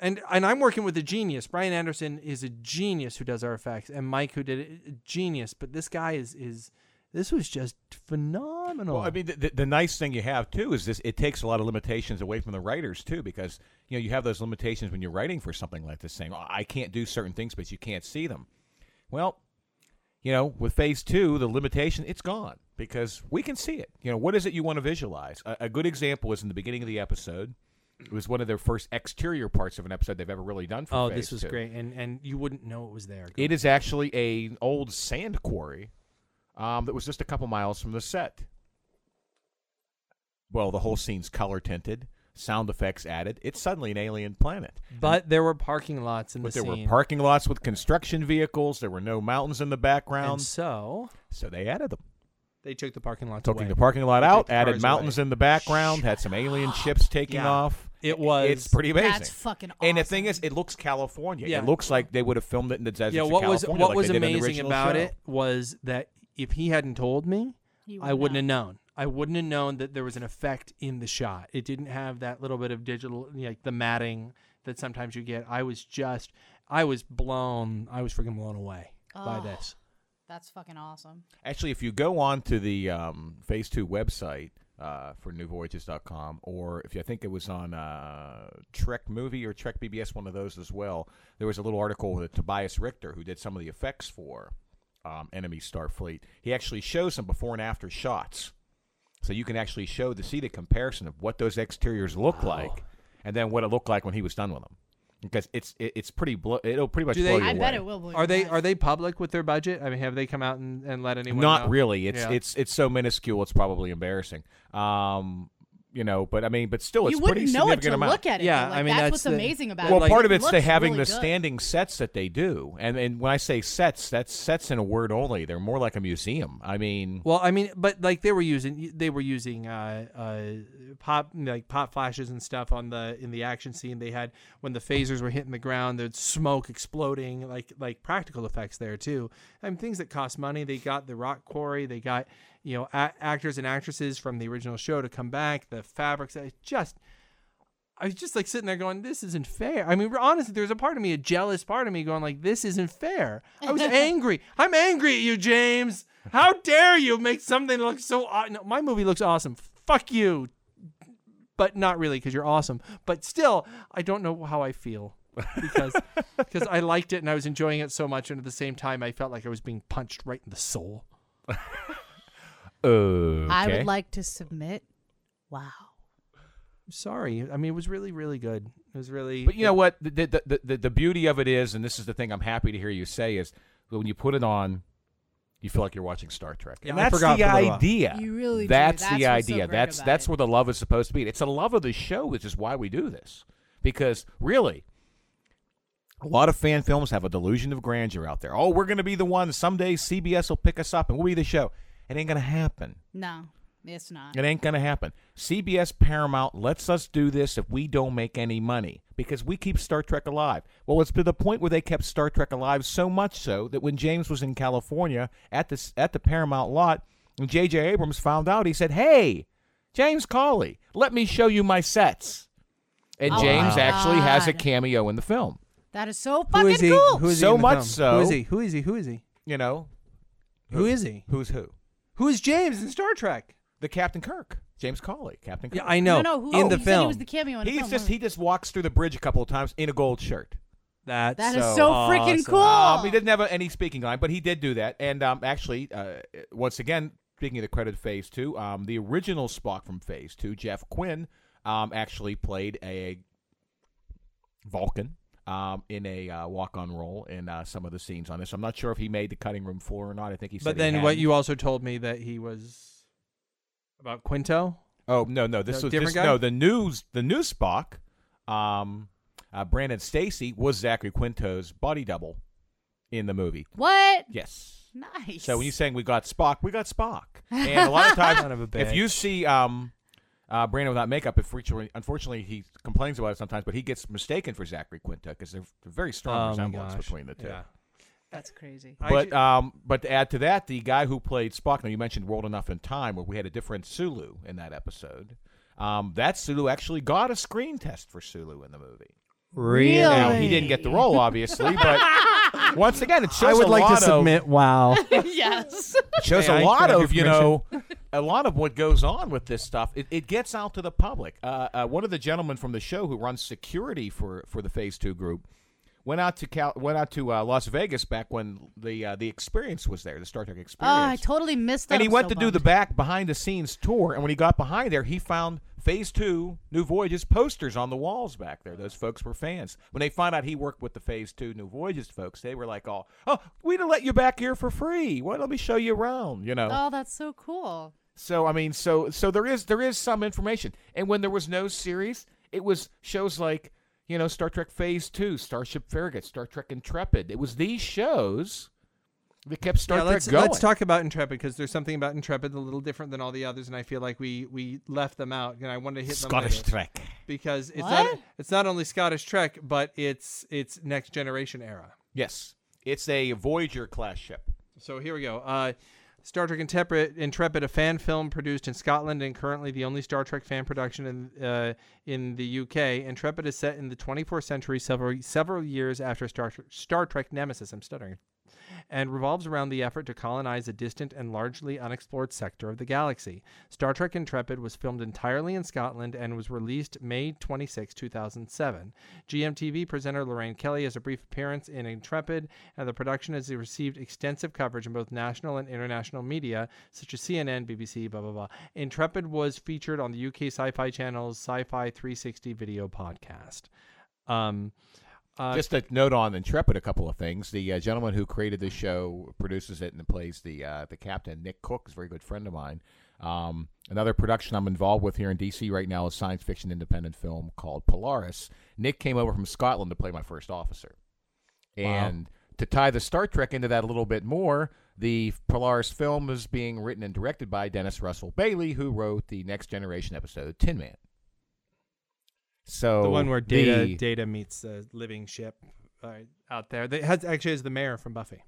S1: and and I'm working with a genius. Brian Anderson is a genius who does our effects, and Mike who did it, a genius. But this guy is is this was just phenomenal.
S4: Well, I mean, the, the, the nice thing you have too is this: it takes a lot of limitations away from the writers too, because you know you have those limitations when you're writing for something like this, saying, "Oh, "I can't do certain things," but you can't see them. Well, you know, with Phase Two, the limitation it's gone because we can see it. You know, what is it you want to visualize? A, a good example was in the beginning of the episode. It was one of their first exterior parts of an episode they've ever really done for.
S1: oh,
S4: Phase
S1: this was
S4: Two.
S1: great, and and you wouldn't know it was there.
S4: It is actually a old sand quarry um, that was just a couple miles from the set. Well, the whole scene's color tinted, sound effects added. It's suddenly an alien planet.
S1: but there were parking lots in
S4: But
S1: the
S4: there
S1: scene,
S4: were parking lots with construction vehicles. There were no mountains in the background,
S1: and so
S4: so they added them.
S1: they took the parking lots
S4: Took
S1: away.
S4: the parking lot out,
S1: the
S4: added
S1: cars
S4: mountains in the background, had some alien ships taking
S1: Yeah.
S4: off.
S1: It was-
S4: It's pretty amazing.
S5: That's fucking
S4: And the
S5: awesome.
S4: thing is, it looks California.
S1: Yeah.
S4: It looks like they would have filmed it in the deserts
S1: yeah,
S4: of
S1: what was
S4: California
S1: what
S4: like
S1: was
S4: they did in the
S1: amazing
S4: original
S1: about
S4: show.
S1: it was that if he hadn't told me,
S5: You
S1: I
S5: wouldn't
S1: wouldn't have known. I wouldn't have known that there was an effect in the shot. It didn't have that little bit of digital, like the matting that sometimes you get. I was just, I was blown. I was freaking blown away by
S5: Oh.
S1: this.
S5: That's fucking awesome.
S4: Actually, if you go on to the um, Phase 2 website uh, for newvoyages.com, or if you, I think it was on uh, Trek Movie or Trek BBS, one of those as well, there was a little article with Tobias Richter, who did some of the effects for um, Enemy Starfleet. He actually shows some before and after shots. So you can actually show to see the comparison of what those exteriors look like and then what it looked like when he was done with them. Because it's it, it's pretty blo- it'll pretty much
S1: Do they-
S4: blow you
S1: Either
S5: I
S4: away.
S5: bet it will. blow your
S1: Are they
S5: mind.
S1: are they public with their budget? I mean, have they come out and, and let anyone?
S4: Not
S1: know?
S4: really. It's
S1: Yeah.
S4: it's it's so minuscule. It's probably embarrassing. Um, you know, but I mean, but still, it's
S5: you
S4: pretty
S5: wouldn't know it
S4: significant
S5: to
S4: amount.
S5: look at it.
S1: Yeah,
S5: though. Like,
S1: I mean,
S5: that's,
S1: that's
S5: what's
S1: the-
S5: amazing about
S4: well,
S5: it.
S1: like,
S4: part of
S5: It
S4: it's
S5: looks
S4: they having
S5: really
S4: the
S5: good.
S4: standing sets that they do, and and when I say sets, that's sets in a word only. They're more like a museum. I mean,
S1: Well, I mean, but like they were using they were using uh, uh, pop like pop flashes and stuff on the in the action scene. They had when the phasers were hitting the ground, there's smoke exploding, like like practical effects there too. I mean, things that cost money. They got the rock quarry. They got you know a- actors and actresses from the original show to come back. The fabrics, I just. I was just like sitting there going, "This isn't fair." I mean, honestly, there was a part of me, a jealous part of me, going like, "This isn't fair." I was angry. I'm angry at you, James. How dare you make something look so? Aw- no, my movie looks awesome. Fuck you, but not really because you're awesome. But still, I don't know how I feel because because I liked it and I was enjoying it so much, and at the same time, I felt like I was being punched right in the soul.
S4: okay.
S5: I would like to submit. Wow.
S1: I'm sorry. I mean, it was really, really good. It was really.
S4: But you know what? The, the, the, the, the beauty of it is, and this is the thing I'm happy to hear you say, is that when you put it on, you feel like you're watching Star Trek.
S1: Yeah,
S4: and
S1: I
S4: that's
S1: forgot
S4: the
S1: for a little while.
S4: idea.
S5: You really do.
S4: That's,
S5: That's
S4: the
S5: what's so
S4: idea.
S5: great
S4: that's
S5: about
S4: that's
S5: it.
S4: where the love is supposed to be. It's the love of the show, which is why we do this. Because really, a lot of fan films have a delusion of grandeur out there. Oh, we're going to be the one someday. CBS will pick us up and we'll be the show. It ain't going to happen.
S5: No, it's not.
S4: It ain't going to happen. CBS Paramount lets us do this if we don't make any money because we keep Star Trek alive. Well, it's to the point where they kept Star Trek alive so much so that when James was in California at the s- at the Paramount lot, and J.J. Abrams found out, he said, "Hey, James Cawley, let me show you my sets." And
S5: Oh,
S4: James
S5: my
S4: actually has a
S5: God.
S4: cameo in the film.
S5: That is so
S1: who
S5: fucking
S1: is he?
S5: cool.
S1: Who is he
S4: So
S1: in the
S4: much
S1: film?
S4: so-
S1: Who is he? Who is he? Who is he?
S4: You know,
S1: Who is he?
S4: who's who?
S1: Who is James in Star Trek?
S4: The Captain Kirk, James Cawley, Captain Kirk.
S1: Yeah, I know.
S5: no, no, who,
S1: in the
S5: you said
S1: film,
S5: he was the cameo in the
S4: He's
S5: film,
S4: just
S5: wasn't
S4: he just walks through the bridge a couple of times in a gold shirt.
S2: That's
S5: That
S2: so
S5: is so
S2: awesome.
S5: freaking cool.
S1: Oh.
S4: Um, he didn't have any speaking line, but he did do that. And um, actually, uh, once again, speaking of the credit of Phase Two, um, the original Spock from Phase Two, Jeff Quinn, um, actually played a Vulcan um, in a uh, walk-on role in uh, some of the scenes on this. I'm not sure if he made the cutting room floor or not. I think he. Said
S1: But
S4: he
S1: then what
S4: hadn't.
S1: you also told me that he was about Quinto.
S4: Oh no, no, this
S1: No,
S4: was
S1: different
S4: this,
S1: guy?
S4: no the news. The new Spock, um, uh, Brandon Stacy was Zachary Quinto's body double in the movie.
S5: What?
S4: Yes.
S5: Nice.
S4: So when you're saying we got Spock, we got Spock. And a lot of times,
S1: Son of a
S4: if you see um, uh, Brandon without makeup, if Richard, unfortunately he complains about it sometimes, but he gets mistaken for Zachary Quinto because they're they're very strong
S1: Oh my
S4: resemblance
S1: gosh.
S4: between the two.
S1: Yeah.
S5: That's crazy.
S1: I
S4: But
S1: ju-
S4: um, but to add to that, the guy who played Spock. Now you mentioned World Enough in Time, where we had a different Sulu in that episode. Um, that Sulu actually got a screen test for Sulu in the movie.
S1: really,
S4: Now, he didn't get the role, obviously, but once again, it shows
S1: I would
S4: a
S1: like to
S4: lot of-
S1: submit. Wow.
S5: yes.
S4: it shows
S1: May
S4: a
S1: I have
S4: lot
S1: your
S4: of you know a lot of what goes on with this stuff it, it gets out to the public uh, uh, one of the gentlemen from the show who runs security for for the phase two group went out to Cal- went out to uh, las vegas back when the uh, the experience was there the star trek
S5: Oh,
S4: experience
S5: I totally missed that.
S4: and he
S5: I'm
S4: went
S5: so
S4: to do the
S5: bummed.
S4: back behind the scenes tour. And when he got behind there, he found Phase Two New Voyages posters on the walls back there. Those folks were fans. When they found out he worked with the Phase Two New Voyages folks, they were like, "Oh, oh, we'd have let you back here for free. Why let me show you around?" You know.
S5: Oh, that's so cool.
S4: So I mean, so so there is there is some information. And when there was no series, it was shows like you know Star Trek Phase Two, Starship Farragut, Star Trek Intrepid. It was these shows that kept Star
S1: Yeah,
S4: Trek
S1: let's,
S4: going.
S1: let's talk about Intrepid because there's something about Intrepid a little different than all the others, and I feel like we we left them out, and I wanted to hit them with it
S4: Trek.
S1: because it's not
S5: What?
S1: it's not only Scottish Trek, but it's it's next generation era.
S4: Yes, it's a Voyager class ship.
S1: So here we go. Uh, Star Trek Intrepid, Intrepid, a fan film produced in Scotland and currently the only Star Trek fan production in uh, in the UK. Intrepid is set in the 24th century, several several years after Star Trek, Star Trek Nemesis. I'm stuttering. And revolves around the effort to colonize a distant and largely unexplored sector of the galaxy. Star Trek Intrepid was filmed entirely in Scotland and was released May 26, 2007. GMTV presenter Lorraine Kelly has a brief appearance in Intrepid, and the production has received extensive coverage in both national and international media, such as CNN, BBC, blah, blah, blah. Intrepid was featured on the UK Sci Fi Channel's Sci Fi 360 video podcast. Um, uh,
S4: Just a note on Intrepid, a couple of things. The uh, gentleman who created this show, produces it, and plays the uh, the captain, Nick Cook, is a very good friend of mine. Um, another production I'm involved with here in DC right now is science fiction independent film called Polaris. Nick came over from Scotland to play my first officer, and to tie the Star Trek into that a little bit more, the Polaris film is being written and directed by Dennis Russell Bailey, who wrote the Next Generation episode Tin Man. So
S1: the
S4: Oh,
S1: one where Data
S4: the-
S1: Data meets the living ship uh, out there. That has actually is the mayor from Buffy,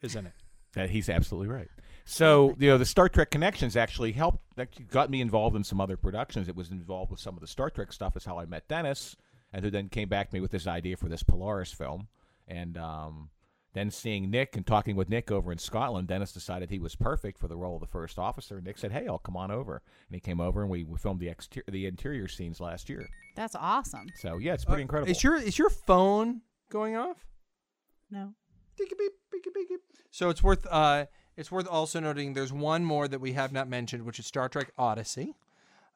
S1: isn't it?
S4: That he's absolutely right.
S1: Oh
S4: So you know the Star Trek connections actually helped. Actually got me involved in some other productions. It was involved with some of the Star Trek stuff. Is how I met Dennis, and who then came back to me with this idea for this Polaris film. And um, then seeing Nick and talking with Nick over in Scotland, Dennis decided he was perfect for the role of the first officer. Nick said, "Hey, I'll come on over," and he came over and we, we filmed the exter- the interior scenes last year.
S5: That's awesome.
S4: So yeah, it's pretty
S1: Uh,
S4: incredible.
S1: Is your is your phone going off?
S5: No.
S1: So it's worth uh, it's worth also noting there's one more that we have not mentioned, which is Star Trek Odyssey.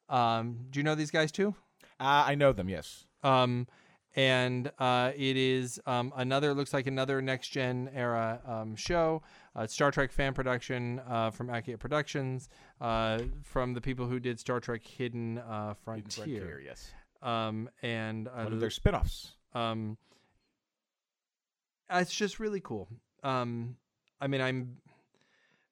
S1: Um, do you know these guys too?
S4: uh, I know them. Yes.
S1: Um, and uh, it is um, another looks like another next gen era um, show, uh, Star Trek fan production uh, from Acura Productions, uh, from the people who did Star Trek Hidden uh, Frontier.
S4: yes.
S1: Um, and uh,
S4: One of their spin-offs.
S1: um uh, it's just really cool um i mean i'm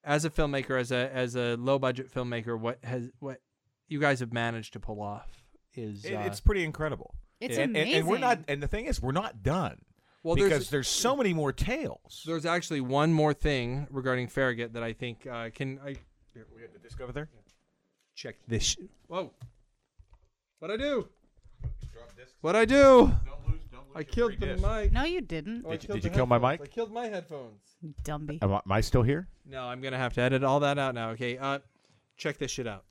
S1: as a filmmaker as a as a low budget filmmaker what has what you guys have managed to pull off is
S4: It-
S1: uh,
S4: it's pretty incredible.
S5: It's
S4: and, and-
S5: amazing.
S4: and we're not. And the thing is, we're not done
S1: well
S4: because
S1: there's
S4: there's, so many more tales.
S1: there's actually one more thing regarding Farragut that i think uh, can i
S4: we had the disc over there.
S1: check this sh- whoa what i do what i do
S4: Don't lose, don't lose
S1: i killed the mic
S5: no, you didn't.
S1: Oh, I
S4: Did you-
S1: killed
S4: did
S1: the
S4: you kill my
S1: headphones.
S4: mic?
S1: i killed my headphones
S5: You Dumby.
S4: Am I, am I still here?
S1: no i'm gonna have to edit all that out now okay uh check this shit out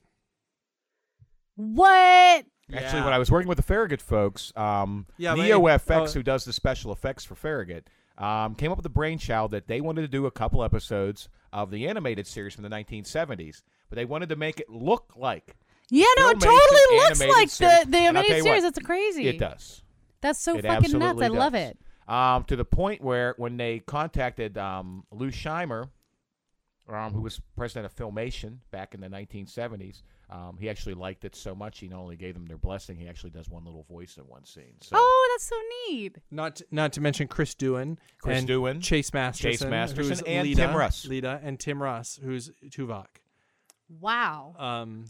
S5: What?
S4: Actually,
S2: Yeah.
S4: when I was working with the Farragut folks, um,
S2: Yeah, but
S4: Neo
S2: it-
S4: FX,
S1: Uh,
S2: oh.
S4: who does the special effects for Farragut, um, came up with the brainchild that they wanted to do a couple episodes of the animated series from the 1970s, but they wanted to make it look like
S5: Yeah, no, it
S4: Filmation
S5: totally looks
S4: animated
S5: like
S4: series.
S5: the, the
S4: And I'll
S5: animated
S4: tell you
S5: series.
S4: what,
S5: That's crazy.
S4: it does.
S5: That's so
S4: it
S5: fucking nuts.
S4: absolutely
S5: I love
S4: does.
S5: it.
S4: Um, to the point where when they contacted um, Lou Scheimer, um, who was president of Filmation back in the 1970s, um, he actually liked it so much he not only gave them their blessing, he actually does one little voice in one scene. So.
S5: Oh, that's so neat.
S1: Not to, not to mention Chris Doohan,
S4: Chris
S1: and
S4: Doohan,
S1: Chase Masterson,
S4: Masterson,
S1: who's
S4: and
S1: Lita,
S4: Tim Russ.
S1: Lita, and Tim Russ, who's Tuvok.
S5: Wow,
S1: Um,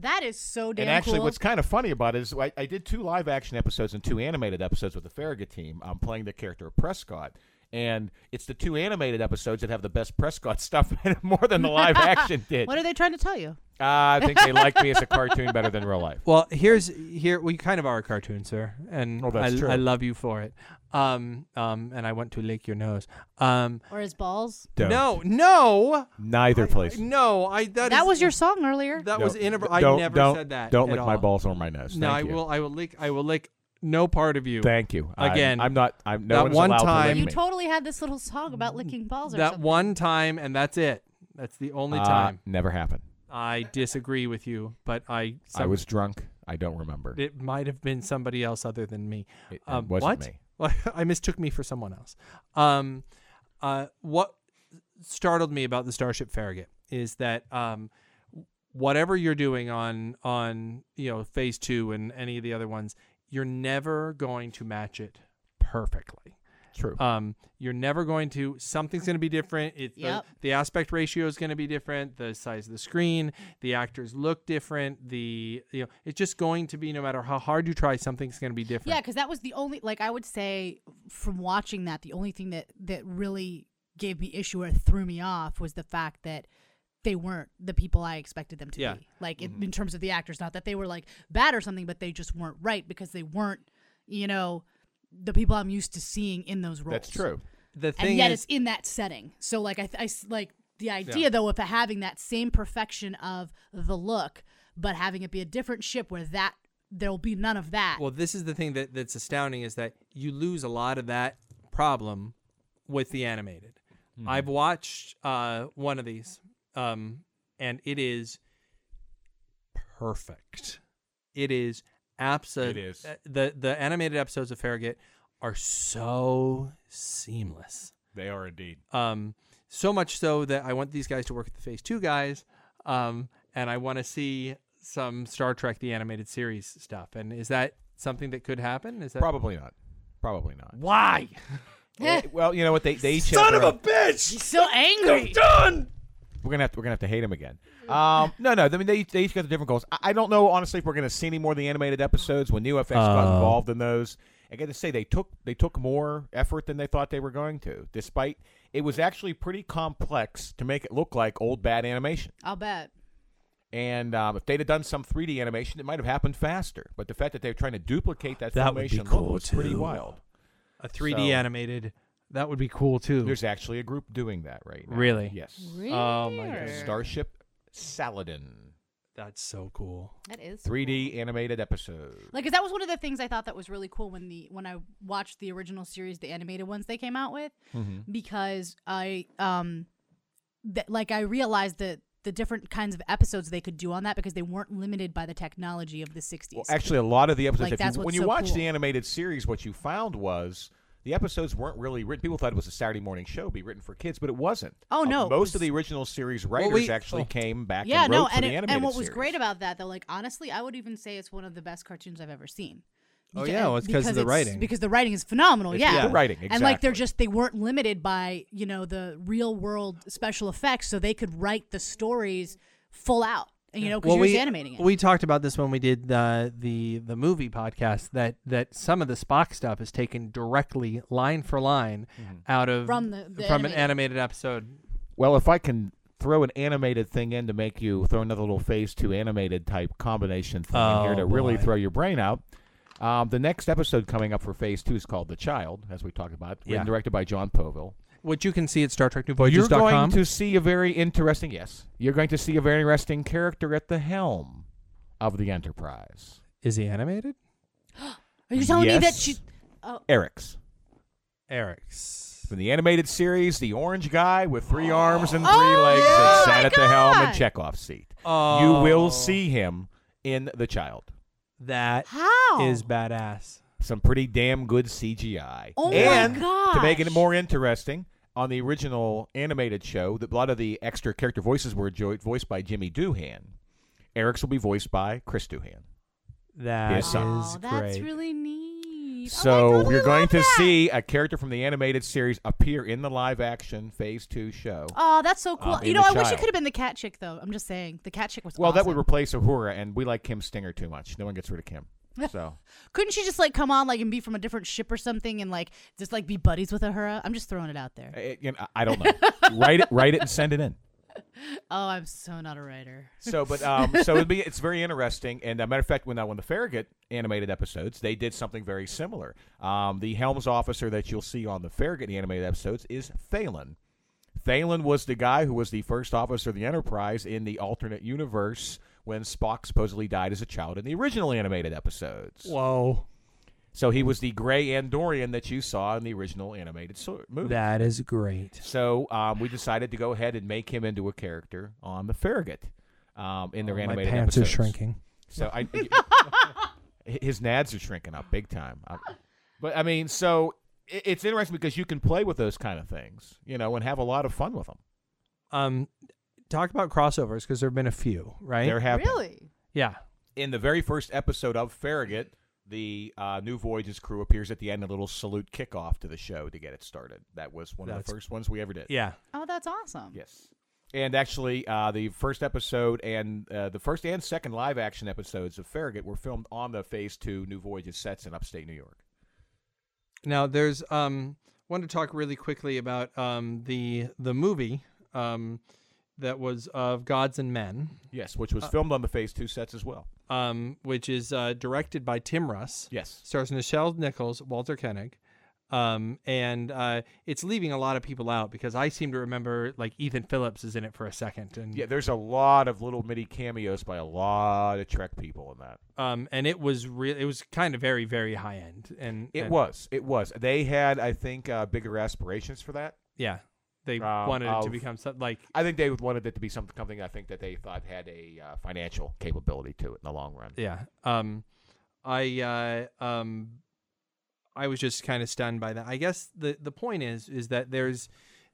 S5: that is so damn
S4: Uh, and actually,
S5: cool.
S4: what's kind of funny about it is I, I did two live action episodes and two animated episodes with the Farragut team. I'm playing the character of Prescott. And it's the two animated episodes that have the best Prescott stuff in it more than the live action did.
S5: what are they trying to tell you?
S4: Uh, I think they liked me as a cartoon better than real life.
S1: well, here's here we kind of are a cartoon, sir, and
S4: Oh,
S1: I,
S4: that's true.
S1: I love you for it. Um, um, and I want to lick your nose. Um,
S5: Or his balls?
S1: no, no,
S4: Neither place.
S1: no. I that,
S5: that
S1: is-
S5: was your song earlier.
S1: that
S4: No,
S1: was inappropriate. I
S4: don't-
S1: never
S4: don't-
S1: said that.
S4: Don't
S1: at
S4: lick my
S1: all.
S4: balls or my nose.
S1: No, I
S4: Thank you.
S1: will. I will lick. I will lick no part of you.
S4: Thank you. I'm-
S1: Again,
S4: I'm, not. I'm no
S1: that
S4: one's
S1: one
S4: allowed
S1: time-
S4: To lick
S5: you
S4: me. Mm,
S5: totally had this little song about licking balls or
S1: that
S5: something.
S1: one time, and that's it. That's the only
S4: Uh,
S1: time.
S4: Never happened.
S1: I disagree with you, but I
S4: I was drunk. I don't remember. It,
S1: it might have been somebody else other than me.
S4: it
S1: Um,
S4: wasn't
S1: what?
S4: me.
S1: Well, I mistook me for someone else. Um, uh, what startled me about the Starship Farragut is that um, whatever you're doing on on you know Phase Two and any of the other ones, you're never going to match it perfectly.
S4: True.
S1: Um, you're never going to. Something's going to be different. It, the-
S5: Yep.
S1: the, aspect ratio is going to be different. The size of the screen, the actors look different. The you know, it's just going to be no matter how hard you try, something's going to be different.
S5: Yeah, because that was the only like I would say from watching that the only thing that that really gave me issue or threw me off was the fact that they weren't the people I expected them to
S1: Yeah. Mm-hmm.
S5: be. Like in, in terms of the actors, not that they were like bad or something, but they just weren't right because they weren't, you know, the people I'm used to seeing in those roles.
S4: That's true.
S1: The
S5: And
S1: thing
S5: yet
S1: is,
S5: it's in that setting. So like I, th- I s- like the idea though of having that same perfection of the look, but having it be a different ship where that there'll be none of that.
S1: well, this is the thing that that's astounding is that you lose a lot of that problem with the animated. Hmm.
S4: Mm-hmm. Hmm.
S1: I've watched uh, one of these, um, and it is perfect. It is absolute.
S4: It is.
S1: uh, the the animated episodes of Farragut are so seamless.
S4: They are indeed.
S1: Um, so much so that I want these guys to work with the Phase Two guys, um, and I want to see some Star Trek the animated series stuff. And is that something that could happen? Is that
S4: Probably not. Probably not.
S1: why?
S4: Eh, well, you know what? They they each have
S2: Son
S4: their
S2: of a
S4: own-
S2: bitch!
S5: He's so angry.
S4: We're gonna have to, we're gonna have to hate him again. Um, no, no. I mean, they, they each got the different goals. I, I don't know honestly if we're gonna see any more of the animated episodes when New FX
S1: Oh.
S4: got involved in those. I got to say they took they took more effort than they thought they were going to. Despite it was actually pretty complex to make it look like old bad animation.
S5: I'll bet.
S4: And um, if they'd have done some 3D animation, it might have happened faster. But the fact that they're trying to duplicate that,
S1: That would be
S4: filmation
S1: cool,
S4: look was pretty
S1: too.
S4: wild.
S1: A 3D
S4: So-
S1: animated that would be cool too.
S4: There's actually a group doing that right now.
S1: Really?
S4: Yes.
S1: Oh my god,
S4: Starship Saladin.
S1: that's so cool.
S5: That is
S4: 3D animated episode.
S5: like 'cause that was one of the things I thought that was really cool when the when I watched the original series, the animated ones they came out with, because I um, th- like I realized that the different kinds of episodes they could do on that because they weren't limited by the technology of the '60s.
S4: Well, actually, a lot of the episodes,
S5: Like,
S4: if you-
S5: that's what's
S4: when you
S5: so
S4: watch
S5: cool.
S4: the animated series, what you found was the episodes weren't really written. People thought it was a Saturday morning show, be written for kids, but it wasn't.
S5: Oh,
S4: Uh,
S5: no, it
S4: most of
S5: was-
S4: the original series writers
S1: we-
S4: actually
S1: oh.
S4: came back.
S5: yeah,
S4: and
S5: no,
S4: wrote for
S5: and
S4: the
S5: it-
S4: animated
S5: and what was
S4: series.
S5: great about that though, like honestly, I would even say it's one of the best cartoons I've ever seen.
S1: Oh,
S5: Beca-
S1: yeah, well, it's 'cause of the
S5: it's-
S1: writing.
S5: Because the writing is phenomenal.
S4: It's
S5: yeah,
S4: the writing,
S5: And like they're
S4: exactly.
S5: just they weren't limited by you know the real world special effects, so they could write the stories full out. You know, because you're just animating it.
S1: we talked about this when we did the the the movie podcast that that some of the Spock stuff is taken directly line for line
S4: Mm-hmm.
S1: out of
S5: From the- the
S1: from an
S5: animated.
S1: animated episode.
S4: Well, if I can throw an animated thing in to make you throw another little phase two animated type combination thing in here
S1: Oh,
S4: to really
S1: boy.
S4: throw your brain out. Um, the next episode coming up for phase two is called The Child, as we talked about, written
S1: Yeah.
S4: and directed by John Poville.
S1: What you can see at Star Trek New
S4: You're
S1: Voyages dot
S4: going
S1: com.
S4: to see a very interesting, yes, you're going to see a very interesting character at the helm of the Enterprise.
S1: Is he animated?
S5: Are you telling me that
S4: Yes.
S5: she?
S4: Eric's
S1: Eric's.
S4: from the animated series, the orange guy with three arms and three
S5: Oh,
S4: legs
S5: yeah.
S4: that
S5: Oh
S4: sat
S5: my
S4: at the helm and
S5: God.
S4: Chekhov's seat.
S1: Oh,
S4: You will see him in The Child.
S1: that is
S5: How?
S1: badass.
S4: Some pretty damn good CGI.
S5: Oh my
S4: and to make it
S5: gosh.
S4: more interesting, on the original animated show, the, a lot of the extra character voices were jo- voiced by Jimmy Doohan. Eric's will be voiced by Chris Doohan.
S1: That
S4: His
S1: is
S4: son.
S5: oh, that's
S1: great.
S5: really neat.
S4: So
S5: oh my God,
S4: you're
S5: we
S4: going
S5: love
S4: to
S5: that.
S4: see a character from the animated series appear in the live action Phase Two show.
S5: Oh, that's so cool.
S4: Um,
S5: you
S4: in
S5: know,
S4: The
S5: I wish you
S4: Child.
S5: could have been the cat chick though. I'm just saying, the cat chick was.
S4: well, that would
S5: awesome.
S4: replace Uhura, and we like Kim Stinger too much. No one gets rid of Kim. So
S5: Couldn't she just like come on like and be from a different ship or something and like just like be buddies with Ahura? I'm just throwing it out there.
S4: I- eh, you know, I don't know. write it, write it, and send it in.
S5: Oh, I'm so not a writer.
S4: So, but um, so it'd be it's very interesting. And a matter of fact, when uh, when the Farragut animated episodes, they did something very similar. Um, the Helms officer that you'll see on the Farragut animated episodes is Phelan. Phelan was the guy who was the first officer of the Enterprise in the alternate universe when Spock supposedly died as a child in the original animated episodes.
S1: Whoa.
S4: So he was the gray Andorian that you saw in the original animated so- movie.
S1: That is great.
S4: So um, we decided to go ahead and make him into a character on the Farragut um, in their
S1: Oh, My
S4: animated
S1: pants
S4: episodes.
S1: are shrinking.
S4: So I, his nads are shrinking up big time. I- but I mean, so i- it's interesting because you can play with those kind of things, you know, and have a lot of fun with them.
S1: Um, talk about crossovers because there have been a few, right?
S4: There have been.
S5: Really?
S1: yeah.
S4: in the very first episode of Farragut, the uh, New Voyages crew appears at the end, a little salute kickoff to the show to get it started. That was one of the
S1: That's-
S4: first ones we ever did.
S1: Yeah.
S5: Oh, that's awesome.
S4: Yes. And actually, uh, the first episode and uh, the first and second live action episodes of Farragut were filmed on the Phase Two New Voyages sets in upstate New York.
S1: Now there's um wanted to talk really quickly about um the the movie um that was of Gods and Men
S4: Yes, which was filmed on the Phase Two sets as well.
S1: um which is uh, directed by Tim Russ.
S4: Yes.
S1: Stars Nichelle Nichols, Walter Koenig. Um and uh it's leaving a lot of people out because I seem to remember like Ethan Phillips is in it for a second and
S4: Yeah, there's a lot of little mini cameos by a lot of Trek people in that.
S1: um and it was real it was kind of very very high end and
S4: It
S1: and-
S4: was. It was. They had, I think, uh, bigger aspirations for that.
S1: yeah they
S4: Um,
S1: wanted it to
S4: of-
S1: become something like
S4: I think they wanted it to be something, something I think that they thought had a uh, financial capability to it in the long run.
S1: yeah um i uh um i was just kind of stunned by that i guess the the point is is that there's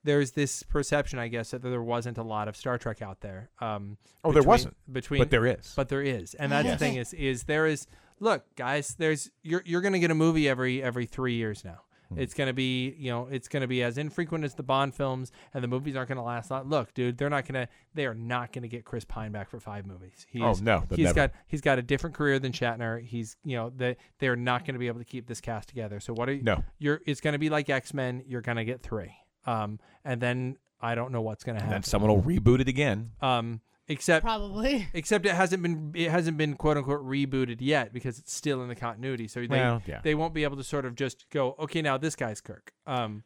S1: there's this perception i guess that there wasn't a lot of star trek out there um
S4: Oh, there
S1: between-
S4: wasn't,
S1: between
S4: But there is.
S1: but there is and that's
S4: Yes.
S1: the thing is is there is look guys there's you're you're gonna get a movie every every three years now
S4: Hmm.
S1: it's gonna be you know it's gonna be as infrequent as the bond films and the movies aren't gonna last long look dude they're not gonna they are not gonna get chris pine back for five movies he
S4: Oh,
S1: is,
S4: no, they'll
S1: he's
S4: never.
S1: got he's got a different career than shatner he's you know they they're not gonna be able to keep this cast together so what are you
S4: No.
S1: you're it's gonna be like x-men you're gonna get three um and then i don't know what's gonna
S4: and then
S1: happen
S4: someone will reboot it again.
S1: um except
S5: Probably.
S1: except it hasn't been it hasn't been quote unquote rebooted yet because it's still in the continuity so they
S4: Well, yeah.
S1: they won't be able to sort of just go okay now this guy's kirk um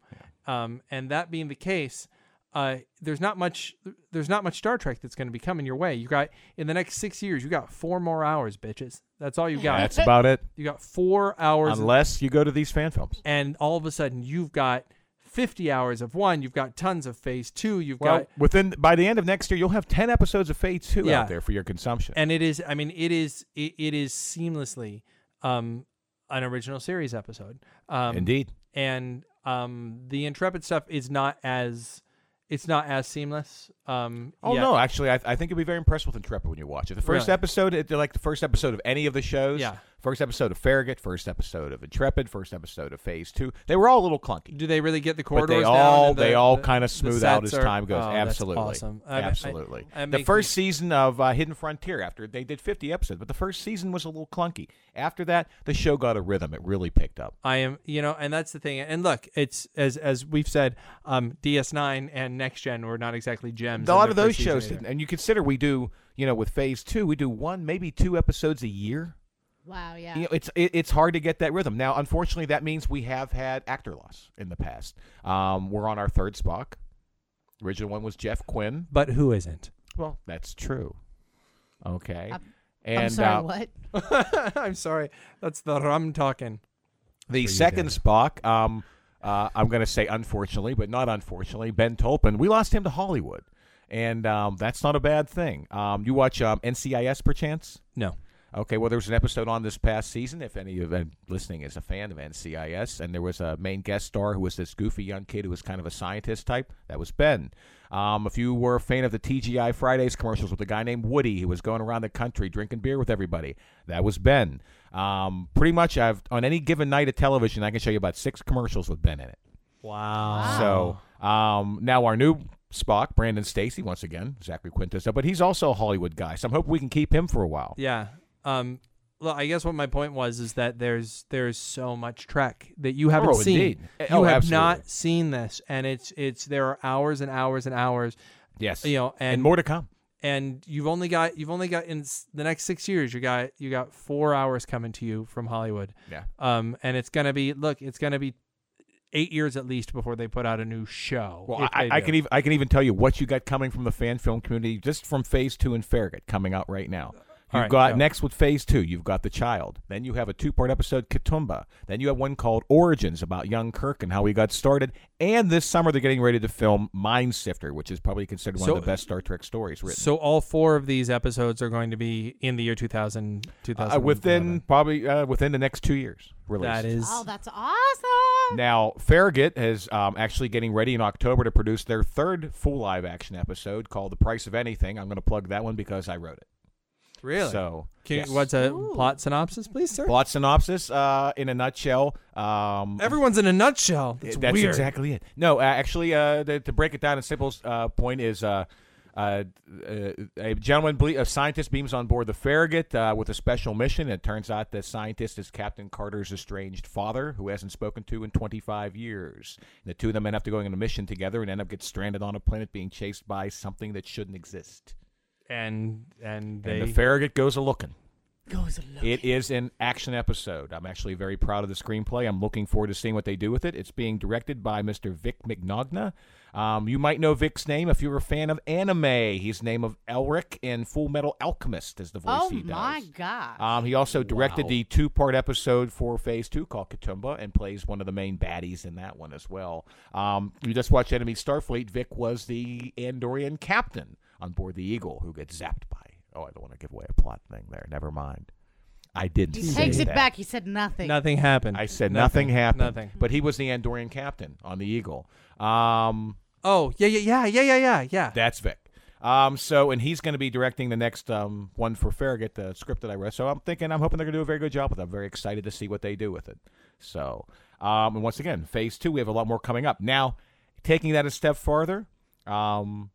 S1: um and that being the case uh there's not much there's not much star trek that's going to be coming your way you got in the next 6 years you got 4 more hours bitches that's all you got
S4: That's about it.
S1: you got 4 hours
S4: Unless you go to these fan films.
S1: and all of a sudden you've got 50 hours of one you've got tons of phase 2 you've
S4: Well,
S1: got
S4: within by the end of next year, you'll have ten episodes of Phase Two
S1: Yeah.
S4: out there for your consumption.
S1: and it is i mean it is it, it is seamlessly um an original series episode um
S4: Indeed,
S1: and um the intrepid stuff is not as it's not as seamless um
S4: Oh
S1: yet.
S4: no, actually, I, I think you'll be very impressed with Intrepid when you watch it. The first
S1: Really?
S4: episode, it, like the first episode of any of the shows.
S1: Yeah.
S4: First episode of Farragut, first episode of Intrepid, first episode of Phase Two. They were all a little clunky.
S1: do they really get the
S4: But
S1: corridors
S4: they
S1: down
S4: all
S1: and the-
S4: they all
S1: the-
S4: kind
S1: the
S4: of smooth out as
S1: sets are-
S4: time goes.
S1: oh, that's
S4: Absolutely,
S1: awesome. I- I-
S4: absolutely.
S1: I
S4: the
S1: make
S4: first
S1: me-
S4: season of uh, Hidden Frontier after they did 50 episodes, but the first season was a little clunky. After that, the show got a rhythm. It really picked up.
S1: I am, you know, and that's the thing. And look, it's as as we've said, um, DS9 and Next Gen were not exactly gems.
S4: a
S1: in
S4: lot
S1: their
S4: of those
S1: first season
S4: shows
S1: either.
S4: didn't. And you consider we do, you know, with phase two, we do one, maybe two episodes a year.
S5: Wow. Yeah.
S4: You know, it's it, it's hard to get that rhythm. Now, unfortunately, that means we have had actor loss in the past. Um, we're on our third Spock. Original one was Jeff Quinn.
S1: But who isn't?
S4: Well, that's true. Okay.
S5: Up.
S4: And
S5: I'm sorry,
S4: uh,
S5: what?
S1: I'm sorry. That's the rum talking.
S4: the second Spock, um, uh, I'm going to say unfortunately, but not unfortunately, Ben Tolpin. We lost him to Hollywood, and um, that's not a bad thing. Um, you watch um, NCIS perchance?
S1: No.
S4: Okay, well, there was an episode on this past season. If any of you listening is a fan of NCIS, and there was a main guest star who was this goofy young kid who was kind of a scientist type. That was Ben. Um, if you were a fan of the TGI Fridays commercials with a guy named Woody who was going around the country drinking beer with everybody, that was Ben. Um, pretty much, I've on any given night of television, I can show you about six commercials with Ben in it.
S1: Wow.
S4: So um, now our new Spock, Brandon Stacy, once again, Zachary Quinto, but he's also a Hollywood guy, so I'm hoping we can keep him for a while.
S1: Yeah. Um. Well, I guess what my point was is that there's there's so much Trek that you haven't
S4: Oh,
S1: seen.
S4: indeed.
S1: You
S4: Oh,
S1: have
S4: absolutely.
S1: not seen this, and it's it's there are hours and hours and hours.
S4: Yes,
S1: You know, and,
S4: and more to come.
S1: and you've only got you've only got in s- the next six years you got you got four hours coming to you from Hollywood.
S4: Yeah.
S1: Um. And it's gonna be look, it's gonna be eight years at least before they put out a new show.
S4: Well,
S1: if
S4: I,
S1: they
S4: I
S1: do.
S4: can even I can even tell you what you got coming from the fan film community, just from Phase Two and Farragut coming out right now. You've
S1: right,
S4: got
S1: go.
S4: next with Phase Two. You've got the child. Then you have a two part episode Katumba. Then you have one called Origins about young Kirk and how he got started. And this summer they're getting ready to film Mind Sifter, which is probably considered one
S1: So-
S4: of the best Star Trek stories written.
S1: So all four of these episodes are going to be in the year 2000,
S4: Uh,
S1: 2011.
S4: within probably uh, within the next two years, released.
S1: that is
S5: Oh, that's awesome.
S4: Now, Farragut is um, actually getting ready in October to produce their third full live action episode called The Price of Anything. I'm going to plug that one because I wrote it.
S1: really
S4: So,
S1: Can you-
S4: yes.
S1: what's a
S5: Ooh.
S1: plot synopsis, please, sir?
S4: plot synopsis uh, in a nutshell? Um,
S1: Everyone's in a nutshell. That's,
S4: that's
S1: weird.
S4: exactly it. No, uh, actually, uh, th- to break it down in simple uh, point is. Uh, uh, uh, a gentleman, ble- a scientist, beams on board the Farragut uh, with a special mission. It turns out the scientist is Captain Carter's estranged father, who hasn't spoken to in 25 years. And the two of them end up going on a mission together and end up get stranded on a planet being chased by something that shouldn't exist.
S1: And and they
S4: and the Farragut goes a looking.
S5: Goes a look.
S4: It is an action episode. I'm actually very proud of the screenplay. I'm looking forward to seeing what they do with it. It's being directed by Mr. Vic Mignogna. Um, you might know Vic's name if you're a fan of anime. He's name of Elric in Full Metal Alchemist is the voice
S5: oh
S4: he does.
S5: my god.
S4: Um, he also directed the two-part episode for Phase Two called Katumba, and plays one of the main baddies in that one as well. Um, you just watched Enemy Starfleet. Vic was the Andorian captain on board the Eagle, who gets zapped by. Oh, I don't want to give away a plot thing there. Never mind. I didn't.
S5: he
S4: say
S5: takes it
S4: that.
S5: back. He said nothing.
S1: nothing happened.
S4: I said nothing, happened.
S1: Nothing.
S4: But he was the Andorian captain on the Eagle. Um,
S1: Oh yeah yeah yeah yeah yeah yeah yeah.
S4: that's Vic. Um, so, and he's going to be directing the next um, one for Farragut, the script that I read. So I'm thinking, I'm hoping they're going to do a very good job with it. I'm very excited to see what they do with it. So, um, and once again, phase two, we have a lot more coming up. Now, taking that a step farther, um,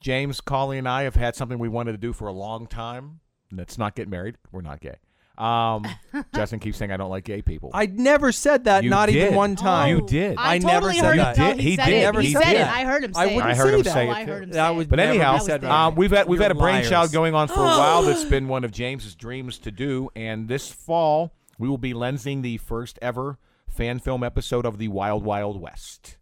S4: James, Colleen, and I have had something we wanted to do for a long time. and That's not get married. We're not gay. Um, Justin keeps saying I don't like gay people.
S1: I never said that.
S4: You
S1: not
S4: did.
S1: even one
S4: Oh.
S1: time.
S4: You did.
S5: I,
S1: I never
S5: totally
S1: said
S5: heard
S1: that.
S5: him. No,
S4: Did-
S5: he,
S4: he
S5: said
S4: did.
S5: it.
S1: Never
S5: he
S1: said
S5: said it.
S1: that.
S5: I heard him say
S1: I
S5: it.
S1: wouldn't
S4: I heard
S1: say
S4: him
S1: that.
S4: say
S5: Oh,
S4: it
S5: I
S4: too.
S5: heard him say
S1: That
S5: it.
S1: was
S4: But
S1: never-
S4: anyhow,
S5: That was there.
S4: um, we've had we've had a
S1: You're
S4: brainchild
S1: liars.
S4: going on for a while that's been one of James's dreams to do, and this fall we will be lensing the first ever fan film episode of the Wild Wild West.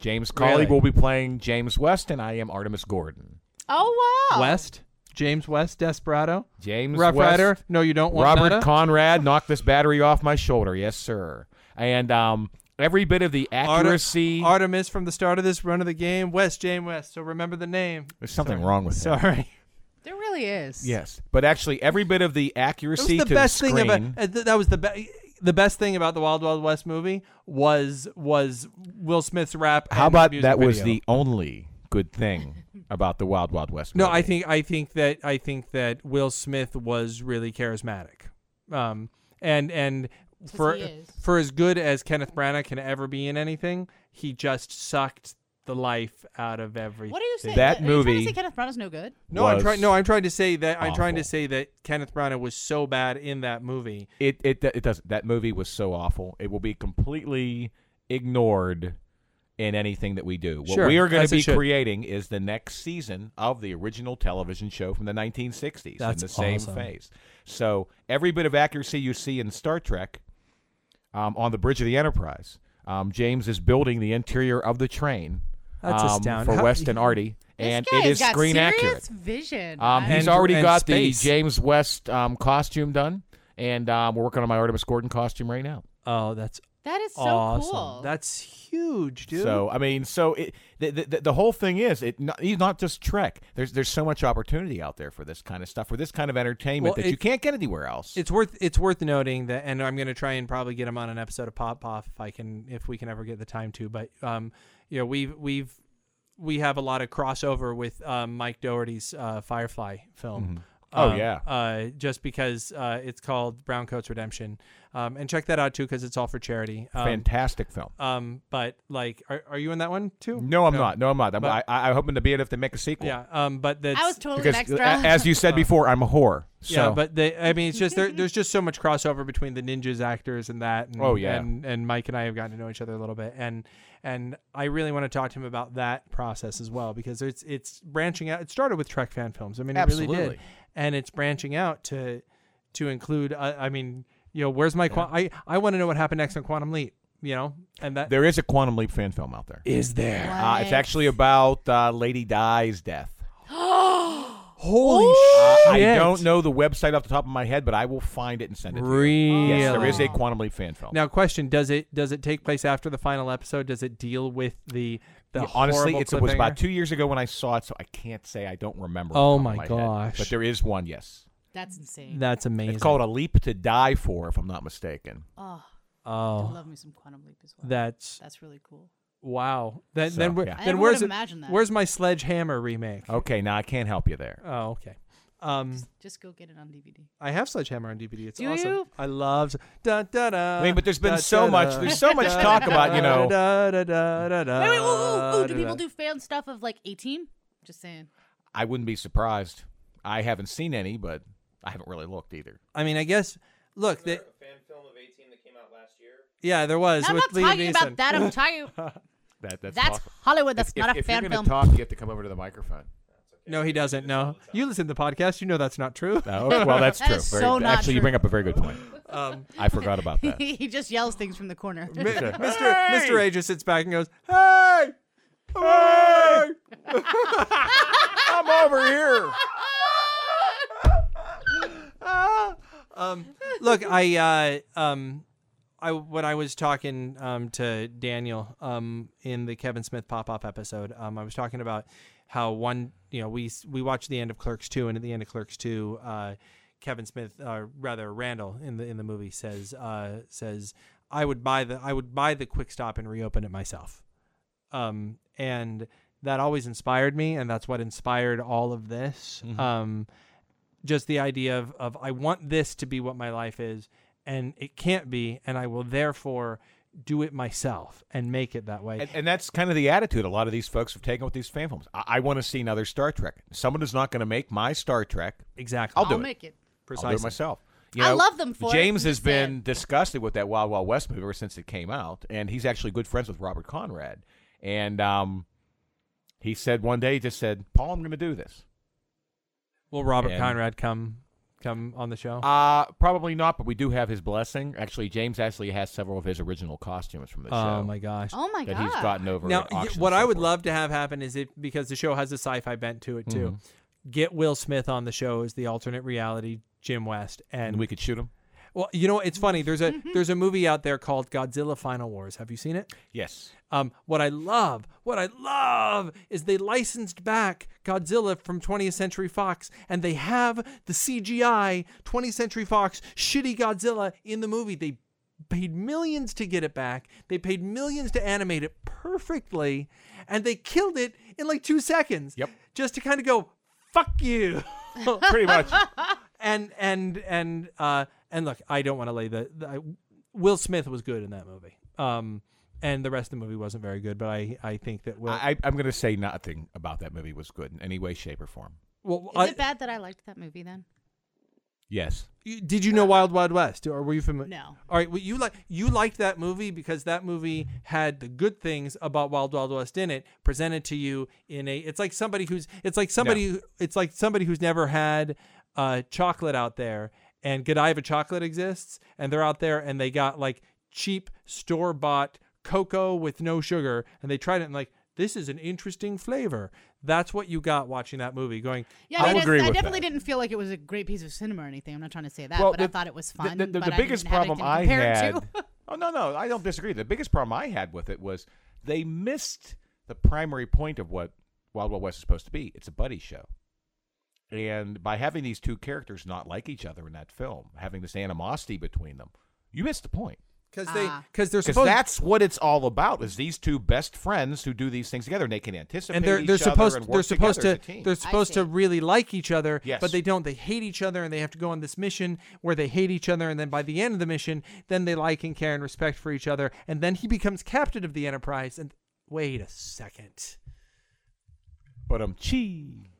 S4: James Colleague
S1: Really?
S4: will be playing James West, and I am Artemis Gordon.
S5: Oh wow.
S1: West James West Desperado
S4: James
S1: Rough
S4: West,
S1: Rider. No, you don't want
S4: Robert
S1: nada?
S4: Conrad knocked this battery off my shoulder, yes sir. And um, every bit of the
S1: Artem-
S4: accuracy.
S1: Artemis from the start of this run of the game. West James West. So remember the name.
S4: there's something wrong with that.
S1: Sorry.
S5: There really is.
S4: Yes, but actually, every bit of the
S1: That
S4: accuracy
S1: was the
S4: to
S1: best
S4: the
S1: thing
S4: screen.
S1: about uh, th- that was the be- the best thing about the Wild Wild West movie was was Will Smith's rap.
S4: How
S1: and
S4: about
S1: music
S4: that was
S1: video.
S4: the only good thing about the Wild Wild West?
S1: no?
S4: movie.
S1: I think I think that I think that Will Smith was really charismatic, um, and and for
S5: he is.
S1: for as good as Kenneth Branagh can ever be in anything, he just sucked the life out of everything.
S5: What are you saying?
S4: That
S5: Are you trying to
S4: movie-
S5: say Kenneth Branagh's no good.
S1: no, I'm
S4: was
S1: trying. No, I'm trying to say that I'm trying to
S4: awful.
S1: say that Kenneth Branagh was so bad in that movie.
S4: it it it does. That movie was so awful. It will be completely ignored in anything that we do. What
S1: Sure,
S4: we are going
S1: as
S4: to
S1: it
S4: be
S1: should.
S4: creating is the next season of the original television show from the 1960s
S1: That's
S4: in the same
S1: awesome.
S4: phase. So every bit of accuracy you see in Star Trek um, on the bridge of the Enterprise, um, James is building the interior of the train
S1: That's
S4: um,
S1: astounding.
S4: for
S1: How-
S4: West and Artie, and it is screen accurate.
S5: Vision.
S4: Um, he's
S1: And-
S4: already
S1: and
S4: got
S1: space.
S4: the James West um, costume done, and um, we're working on my Artemis Gordon costume right now.
S1: Oh, that's
S5: that is so
S1: awesome.
S5: cool.
S1: That's huge, dude.
S4: So I mean, so it, the, the the whole thing is it not, he's not just Trek. There's there's so much opportunity out there for this kind of stuff, for this kind of entertainment
S1: Well,
S4: that you
S1: it-
S4: can't get anywhere else.
S1: it's worth it's worth noting that, and I'm going to try and probably get him on an episode of Pop Off if I can, if we can ever get the time to. But um, you know, we've we've we have a lot of crossover with um, Mike Doherty's uh, Firefly film.
S4: Oh,
S1: Um,
S4: yeah.
S1: uh, just because uh, it's called Brown Coats Redemption, um, and check that out too because it's all for charity. Um,
S4: Fantastic film.
S1: um, but like, are, are you in that one too?
S4: No, I'm not. No, I'm not. I'm,
S1: But-
S4: I, I'm hoping to be it if they make a sequel.
S1: Yeah. Um, but that's
S5: I was totally
S4: Because
S5: an
S4: a-
S5: extra.
S4: as you said before, I'm a whore. So.
S1: Yeah, but they, I mean, it's just there, there's just so much crossover between the ninjas actors and that. And,
S4: Oh, yeah.
S1: and and Mike and I have gotten to know each other a little bit, and and I really want to talk to him about that process as well because it's it's branching out. It started with Trek fan films. I mean, it really did,
S4: Absolutely.
S1: and it's branching out to to include. Uh, I mean, you know, where's my quan- I I want to know what happened next on Quantum Leap. You know, and that
S4: there is a Quantum Leap fan film out there.
S1: is there.
S4: Uh, it's actually about uh, Lady Di's death.
S1: Holy
S4: Uh, I
S1: shit!
S4: don't know the website off the top of my head, but I will find it and send it. to you.
S1: Really?
S4: Yes, there is a Quantum Leap fan film.
S1: Now, question: Does it does it take place after the final episode? Does it deal with the the
S4: Yeah, honestly,
S1: horrible
S4: it's, it was
S1: cliffhanger?
S4: about two years ago when I saw it, so I can't say I don't remember.
S1: Oh
S4: off the top
S1: my
S4: of head.
S1: gosh.
S4: But there is one, yes.
S5: That's insane.
S1: That's amazing.
S4: It's called A Leap to Die For, if I'm not mistaken.
S5: oh, I
S1: oh,
S5: love me some quantum leap as well.
S1: that's
S5: That's really cool.
S1: wow. Then
S4: So,
S1: then, where,
S4: yeah. Oh.
S5: I
S1: then
S5: would've
S1: where's it-
S5: imagined that.
S1: where's my sledgehammer remake?
S4: Okay, now I can't help you there.
S1: Oh, okay. Um,
S4: Hmm.
S5: Just go get it on DVD.
S1: I have sledgehammer on DVD. It's
S5: Do
S1: awesome.
S5: you?
S1: I loved. Da, da, da,
S4: I mean, but there's been
S1: da,
S4: so
S1: da,
S4: much-
S1: da,
S4: there's so much
S1: da,
S4: talk
S1: da,
S4: about, you know-
S1: Da, da, da, da, da,
S4: Uh,
S5: Wait, wait, ooh, ooh, ooh, do
S1: da,
S5: people
S1: da.
S5: do fan stuff of like 18? Just saying.
S4: I wouldn't be surprised. I haven't seen any, but I haven't really looked either.
S1: I mean, I guess. Look, that yeah, there was.
S5: I'm
S1: with
S5: not
S1: Liam
S5: talking
S1: Neeson.
S5: about that. I'm talking.
S4: That, that's
S5: That's
S4: possible.
S5: Hollywood. That's
S4: if,
S5: not
S4: if-
S5: a
S4: if
S5: fan
S4: you're
S5: film.
S4: gonna talk, you have to come over to the microphone.
S1: No, he doesn't. No, you listen to the podcast. You know that's not true.
S4: Oh, well, that's
S5: That
S4: true.
S5: is
S4: Very-
S5: so not
S4: actually, you
S5: true.
S4: bring up a very good point.
S1: Um,
S4: I forgot about that.
S5: he just yells things from the corner.
S1: Mi- Mr. Mr. A just sits back and goes, "Hey, hey!"
S4: I'm over here.
S1: Um, look, I uh, um, I when I was talking um, to Daniel um, in the Kevin Smith pop up episode, um, I was talking about how one you know we s- we watched the end of Clerks two, and at the end of Clerks two. Uh, Kevin Smith, uh, rather Randall, in the in the movie says uh, says I would buy the I would buy the quick stop and reopen it myself. um, and that always inspired me, and that's what inspired all of this.
S4: Mm-hmm.
S1: Um, just the idea of, of I want this to be what my life is, and it can't be, and I will therefore do it myself and make it that way.
S4: And, and that's kind of the attitude a lot of these folks have taken with these fan films. I, I want to see another Star Trek. Someone is not going to make my Star Trek.
S1: exactly.
S4: I'll
S5: I'll
S4: do it.
S5: make it.
S4: I'll do it myself. You
S5: I
S4: know,
S5: love them for it,
S4: James
S5: I'm
S4: has
S5: just
S4: been
S5: saying.
S4: disgusted with that Wild Wild West movie ever since it came out, and he's actually good friends with Robert Conrad. And um, he said one day, he just said, "Paul, I'm going to do this."
S1: Will Robert
S4: And-
S1: Conrad come come on the show?
S4: Uh, probably not, but we do have his blessing. Actually, James actually has several of his original costumes from the show
S1: oh my gosh.
S5: Oh my
S4: that
S5: god.
S4: he's gotten over.
S1: Now,
S4: at
S1: y-
S4: auctions
S1: what
S4: and
S1: I
S4: so
S1: would
S4: forth.
S1: love to have happen is if because the show has a sci-fi bent to it too,
S4: Mm-hmm.
S1: get Will Smith on the show as the alternate reality Jim West, and
S4: and we could shoot him.
S1: Well, you know, it's funny. There's a there's a movie out there called Godzilla Final Wars. Have you seen it?
S4: Yes.
S1: Um, what I love, what I love is they licensed back Godzilla from 20th Century Fox and they have the CGI 20th Century Fox shitty Godzilla in the movie. They paid millions to get it back. They paid millions to animate it perfectly and they killed it in like 2 seconds.
S4: Yep.
S1: Just to kind of go fuck you.
S4: Pretty much.
S1: and and and uh and look, I don't want to lay the, the I, Will Smith was good in that movie. Um, and the rest of the movie wasn't very good, but I I think that Will.
S4: I, I'm going to say nothing about that movie was good in any way, shape, or form.
S1: well,
S5: Is
S1: I-
S5: it bad that I liked that movie then?
S4: Yes.
S1: you- did you know Wild Wild West, or were you familiar?
S5: No.
S1: All right, well, you like you liked that movie because that movie had the good things about Wild Wild West in it presented to you in a. It's like somebody who's it's like somebody who it's like somebody who's never had uh, chocolate out there, and Godiva chocolate exists, and they're out there and they got like cheap store bought cocoa with no sugar, and they tried it and like This is an interesting flavor. That's what you got watching that movie. Going, "Oh,
S5: Yeah,
S4: I'll
S5: I, mean,
S4: agree
S5: I, I
S4: with
S5: definitely
S4: that.
S5: didn't feel like it was a great piece of cinema or anything. I'm not trying to say that,
S4: Well,
S5: but I
S4: the-
S5: thought it was
S4: the-
S5: fun.
S4: The, the,
S5: but I
S4: biggest
S5: didn't have
S4: problem I
S5: anything to compare it
S4: had.
S5: to.
S4: oh no, no, I don't disagree. The biggest problem I had with it was they missed the primary point of what Wild Wild West is supposed to be. It's a buddy show, and by having these two characters not like each other in that film, having this animosity between them, you missed the point.
S1: because they,
S5: Ah.
S1: because they're
S4: Because
S1: supposed,
S4: that's what it's all about is these two best friends who do these things together and they can anticipate
S1: and they're
S4: each
S1: they're
S4: other
S1: supposed,
S4: and work
S1: they're supposed
S4: together
S1: to,
S4: as a team.
S1: they're supposed to
S5: see.
S1: really like each other,
S4: Yes.
S1: but they don't. They hate each other, and they have to go on this mission where they hate each other, and then by the end of the mission, then they like and care and respect for each other, and then he becomes captain of the Enterprise. And wait a second.
S4: but um chee.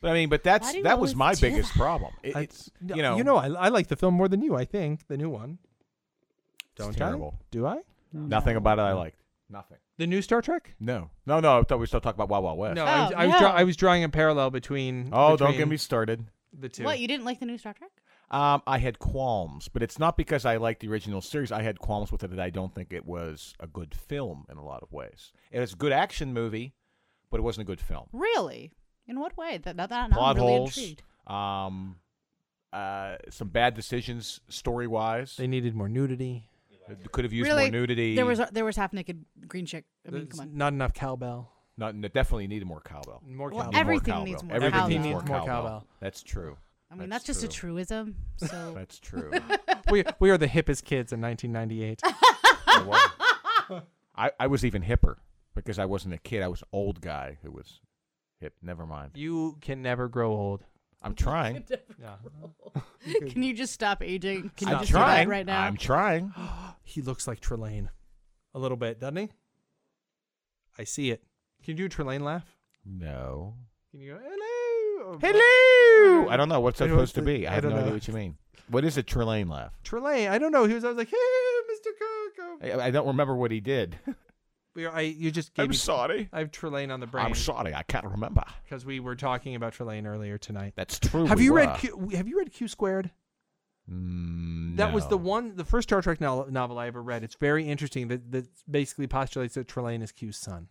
S4: But I mean, but that's
S5: do you
S4: that was
S5: always
S4: my
S5: do
S4: biggest problem. It-
S1: I-
S4: it's
S1: no,
S4: you know
S1: you know, I, I like the film more than you. I think the new one.
S4: It's
S1: Don't
S4: terrible.
S1: I? Do I?
S4: nothing about it I liked. Nothing.
S1: The new Star Trek?
S4: No, no, no. I thought we were still talking about Wild Wild West.
S1: No, I, was, I, was
S5: Oh, no.
S1: draw, I was drawing a parallel between.
S4: Oh, don't get
S1: between
S4: me started.
S1: the two.
S5: What you didn't like the new Star Trek?
S4: Um, I had qualms, but it's not because I liked the original series. I had qualms with it that I don't think it was a good film in a lot of ways. It was a good action movie, but it wasn't a good film.
S5: Really? In what way? That, that, that I'm
S4: Plot
S5: really
S4: holes,
S5: intrigued.
S4: um, uh, some bad decisions story wise.
S1: They needed more nudity.
S4: could have used
S5: really,
S4: more nudity.
S5: There was there was half naked green chick. I mean,
S1: There's
S5: come on.
S1: Not enough cowbell.
S4: Not, n- definitely needed more cowbell.
S1: More
S5: Well,
S1: cowbell.
S4: Need
S5: everything
S4: more
S5: needs
S4: cowbell.
S5: more
S4: Everything
S5: cowbell.
S4: needs
S5: Needs
S4: more
S1: more
S4: cowbell.
S1: cowbell.
S4: That's true.
S5: I mean, that's, just a
S4: true.
S5: truism. So
S4: That's true.
S1: we, we are the hippest kids in 1998.
S4: I was. I, I was even hipper because I wasn't a kid. I was an old guy who was hip. Never mind.
S1: you can never grow old.
S4: I'm trying.
S1: Yeah.
S5: can you just stop aging? Can you
S4: I'm
S5: just do that
S4: trying.
S5: right now?
S4: I'm trying.
S1: He looks like Trelane. A little bit, doesn't he? I see it. Can you do a Trelane laugh?
S4: No.
S1: Can you go, hello? oh, Or-
S4: Hello. I don't know what's that
S1: I don't
S4: supposed to
S1: think-
S4: be. I
S1: I
S4: have
S1: don't
S4: no idea
S1: know.
S4: what you mean. What is a Trelane laugh?
S1: Trelane. I don't know. He was, I was like, hey, Mr. Cook. oh."
S4: I, I don't remember what he did.
S1: We are, I, you just gave me,
S4: sorry.
S1: I have Trelane on the brain
S4: I'm sorry. I can't remember.
S1: because we were talking about Trelane earlier tonight.
S4: That's true.
S1: Have
S4: we
S1: you
S4: were.
S1: read Q, have you read Q squared?
S4: Mm,
S1: That was the
S4: no.
S1: one, the first Star Trek novel, novel I ever read. It's very interesting that that basically postulates that Trelane is Q's son.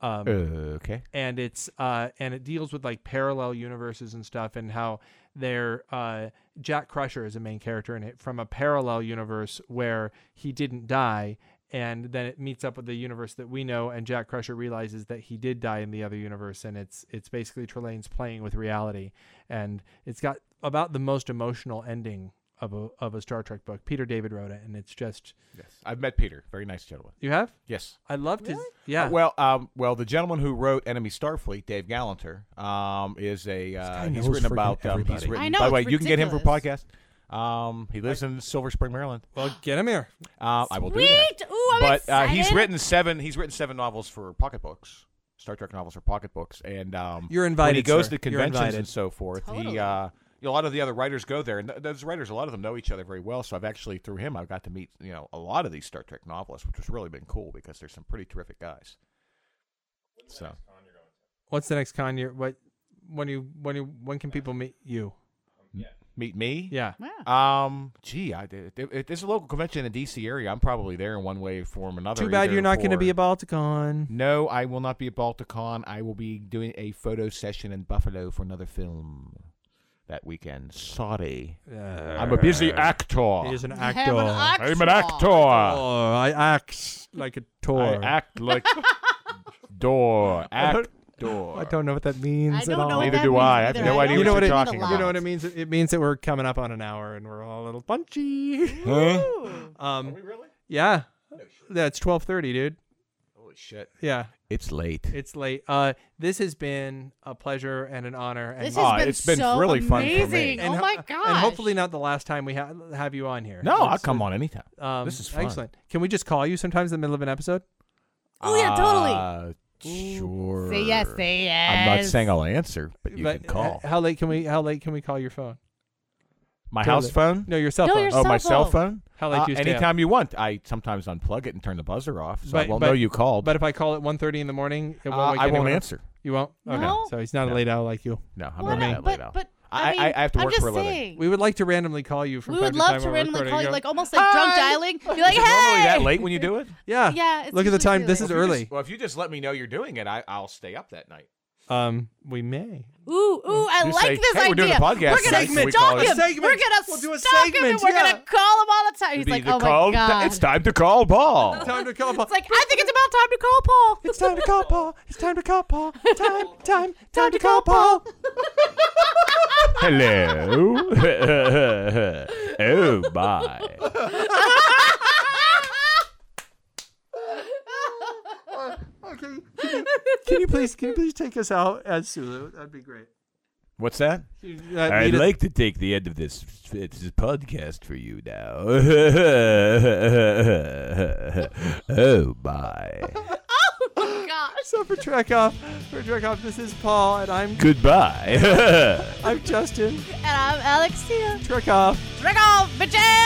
S1: Um,
S4: Okay.
S1: and it's uh and it deals with like parallel universes and stuff and how their uh Jack Crusher is a main character in it from a parallel universe where he didn't die and then it meets up with the universe that we know and Jack Crusher realizes that he did die in the other universe and it's it's basically Trelane's playing with reality and it's got about the most emotional ending of a of a Star Trek book. Peter David wrote it and it's just
S4: Yes. I've met Peter. Very nice gentleman.
S1: you have?
S4: Yes.
S1: I loved his yeah.
S4: Uh, well, um, well, the gentleman who wrote Enemy Starfleet, Dave Gallanter, um, is a uh,
S1: guy
S4: he's
S1: knows
S4: written
S1: freaking
S4: about um, he's
S1: everybody.
S4: written.
S5: I know,
S4: by the way,
S5: it's
S4: you can get him for
S5: ridiculous.
S4: podcast. Um, he lives in Silver Spring, Maryland.
S1: well get him here.
S4: Uh, I will do that.
S5: Sweet! Ooh, I'm
S4: but uh, he's
S5: excited.
S4: written seven. He's written seven novels for pocketbooks. Star Trek novels for pocketbooks, and um,
S1: You're
S4: When he
S1: invited,
S4: goes
S1: sir.
S4: to
S1: You're
S4: conventions
S1: invited.
S4: and so forth, he
S5: Totally.
S4: uh, you know, a lot of the other writers go there, and th- those writers, a lot of them know each other very well. So I've actually through him, I've got to meet you know a lot of these Star Trek novelists, which has really been cool because there's some pretty terrific guys. So
S1: What's the next con you're what when you when you when can people meet you?
S4: meet me.
S1: Yeah.
S5: Wow.
S4: Um. Gee, I did. It, it, there's a local convention in the D.C. area. I'm probably there in one way, form, or another.
S1: Too bad
S4: either
S1: you're not going to
S4: for-
S1: be a Balticon.
S4: No, I will not be at Balticon. I will be doing a photo session in Buffalo for another film that weekend. Sorry. I'm a
S1: Uh,
S4: busy actor.
S1: He is an
S5: Have
S1: actor.
S5: an actor.
S4: I'm an actor.
S1: Oh, I act like a
S4: I
S1: tour.
S4: act like door.
S1: I don't-
S4: Act door.
S1: I don't know what that means
S5: I
S1: at all.
S5: don't know. what
S4: Neither
S5: that
S4: do
S5: means
S4: I. I have
S5: either.
S4: no
S5: I
S4: idea
S5: don't
S1: what
S5: know
S1: you're
S5: what it
S4: talking
S1: You
S5: means.
S1: know what it means? It means that we're coming up on an hour and we're all a little punchy.
S4: Huh?
S1: Um,
S4: really?
S1: yeah, that's twelve thirty, dude.
S4: Holy shit.
S1: Yeah,
S4: It's late.
S1: it's late. Uh, this has been a pleasure and an honor, and
S5: This has
S4: Ah,
S5: uh, been,
S4: it's been
S5: so
S4: really fun for me.
S5: amazing.
S1: and
S5: oh
S1: ho-
S5: my god!
S1: and hopefully not the last time we ha- have you on here.
S4: no, I'll
S1: It's-
S4: come on anytime.
S1: Um,
S4: This is fun.
S1: excellent. Can we just call you sometimes in the middle of an episode?
S5: Oh, yeah, totally.
S4: Uh, sure.
S5: Say yes, say yes.
S4: I'm not saying I'll answer, but you
S1: But,
S4: can call.
S1: uh, How late can we? How late can we call your phone?
S4: My
S1: tell
S4: house
S1: it.
S4: phone?
S1: No, your cell
S5: No,
S1: phone.
S5: your
S4: Oh, my
S5: cell
S4: cell
S5: phone.
S4: phone?
S1: How late
S4: Uh,
S1: do you stay up?
S4: anytime you want. I sometimes unplug it and turn the buzzer off, so I
S1: But-
S4: won't
S1: but-
S4: know you called.
S1: But if I call at 1.30 in the morning, it
S4: uh,
S1: won't wake
S4: I won't
S1: anyone up?
S4: answer.
S1: You won't. Okay.
S5: No.
S1: So he's not a
S4: No.
S1: late owl like you.
S4: No, I'm
S5: Well,
S4: not
S5: no,
S4: that
S5: but-
S4: late out.
S5: but
S4: I, I, I have to
S5: I'm
S4: work
S5: just
S4: for a living.
S5: saying.
S1: We would like to randomly call you from
S5: We
S1: time
S5: would
S1: to time
S5: love to
S1: while we're
S5: randomly
S1: recording
S5: call you,
S1: and
S5: like
S1: go,
S5: almost like drunk
S4: "Hi!"
S5: dialing. Be like,
S4: Is it normally that
S5: hey.
S4: late when you do it?
S1: yeah,
S5: Yeah, it's
S1: Look at the
S5: usually
S1: time.
S5: too
S1: This
S5: late.
S1: is
S4: If you just-
S1: early.
S4: well, if you just let me know you're doing it, I, I'll stay up that night.
S1: Um, we may.
S5: Ooh, ooh, I
S4: You
S5: like
S4: say,
S5: this
S4: "Hey,
S5: idea.
S4: we're doing a podcast
S5: We're gonna
S1: tonight, so we
S5: stalk
S1: call it a
S5: him.
S1: segment.
S5: We're gonna
S1: We'll do a
S5: stalk him,
S1: segment,
S5: and we're
S1: yeah.
S5: gonna call him all the time. He's
S4: Be
S5: like,
S4: the
S5: oh
S4: call-
S5: my god,
S4: It's time to call Paul.
S1: Time to call.
S5: It's like I think it's about time to call Paul.
S1: It's time to call Paul. It's time to call Paul. Time, time, time to call Paul.
S4: Hello. oh my.
S1: Can you please, can you please take us out as Sulu? That'd be great.
S4: What's that?
S1: Lead us-
S4: to take the end of this, this podcast for you now. oh my.
S5: Oh
S1: So for Trek Off, for Trek Off, this is Paul, and I'm
S4: Goodbye.
S1: I'm Justin.
S5: and I'm Alexia.
S1: Trek Off.
S5: Drink off, bitches.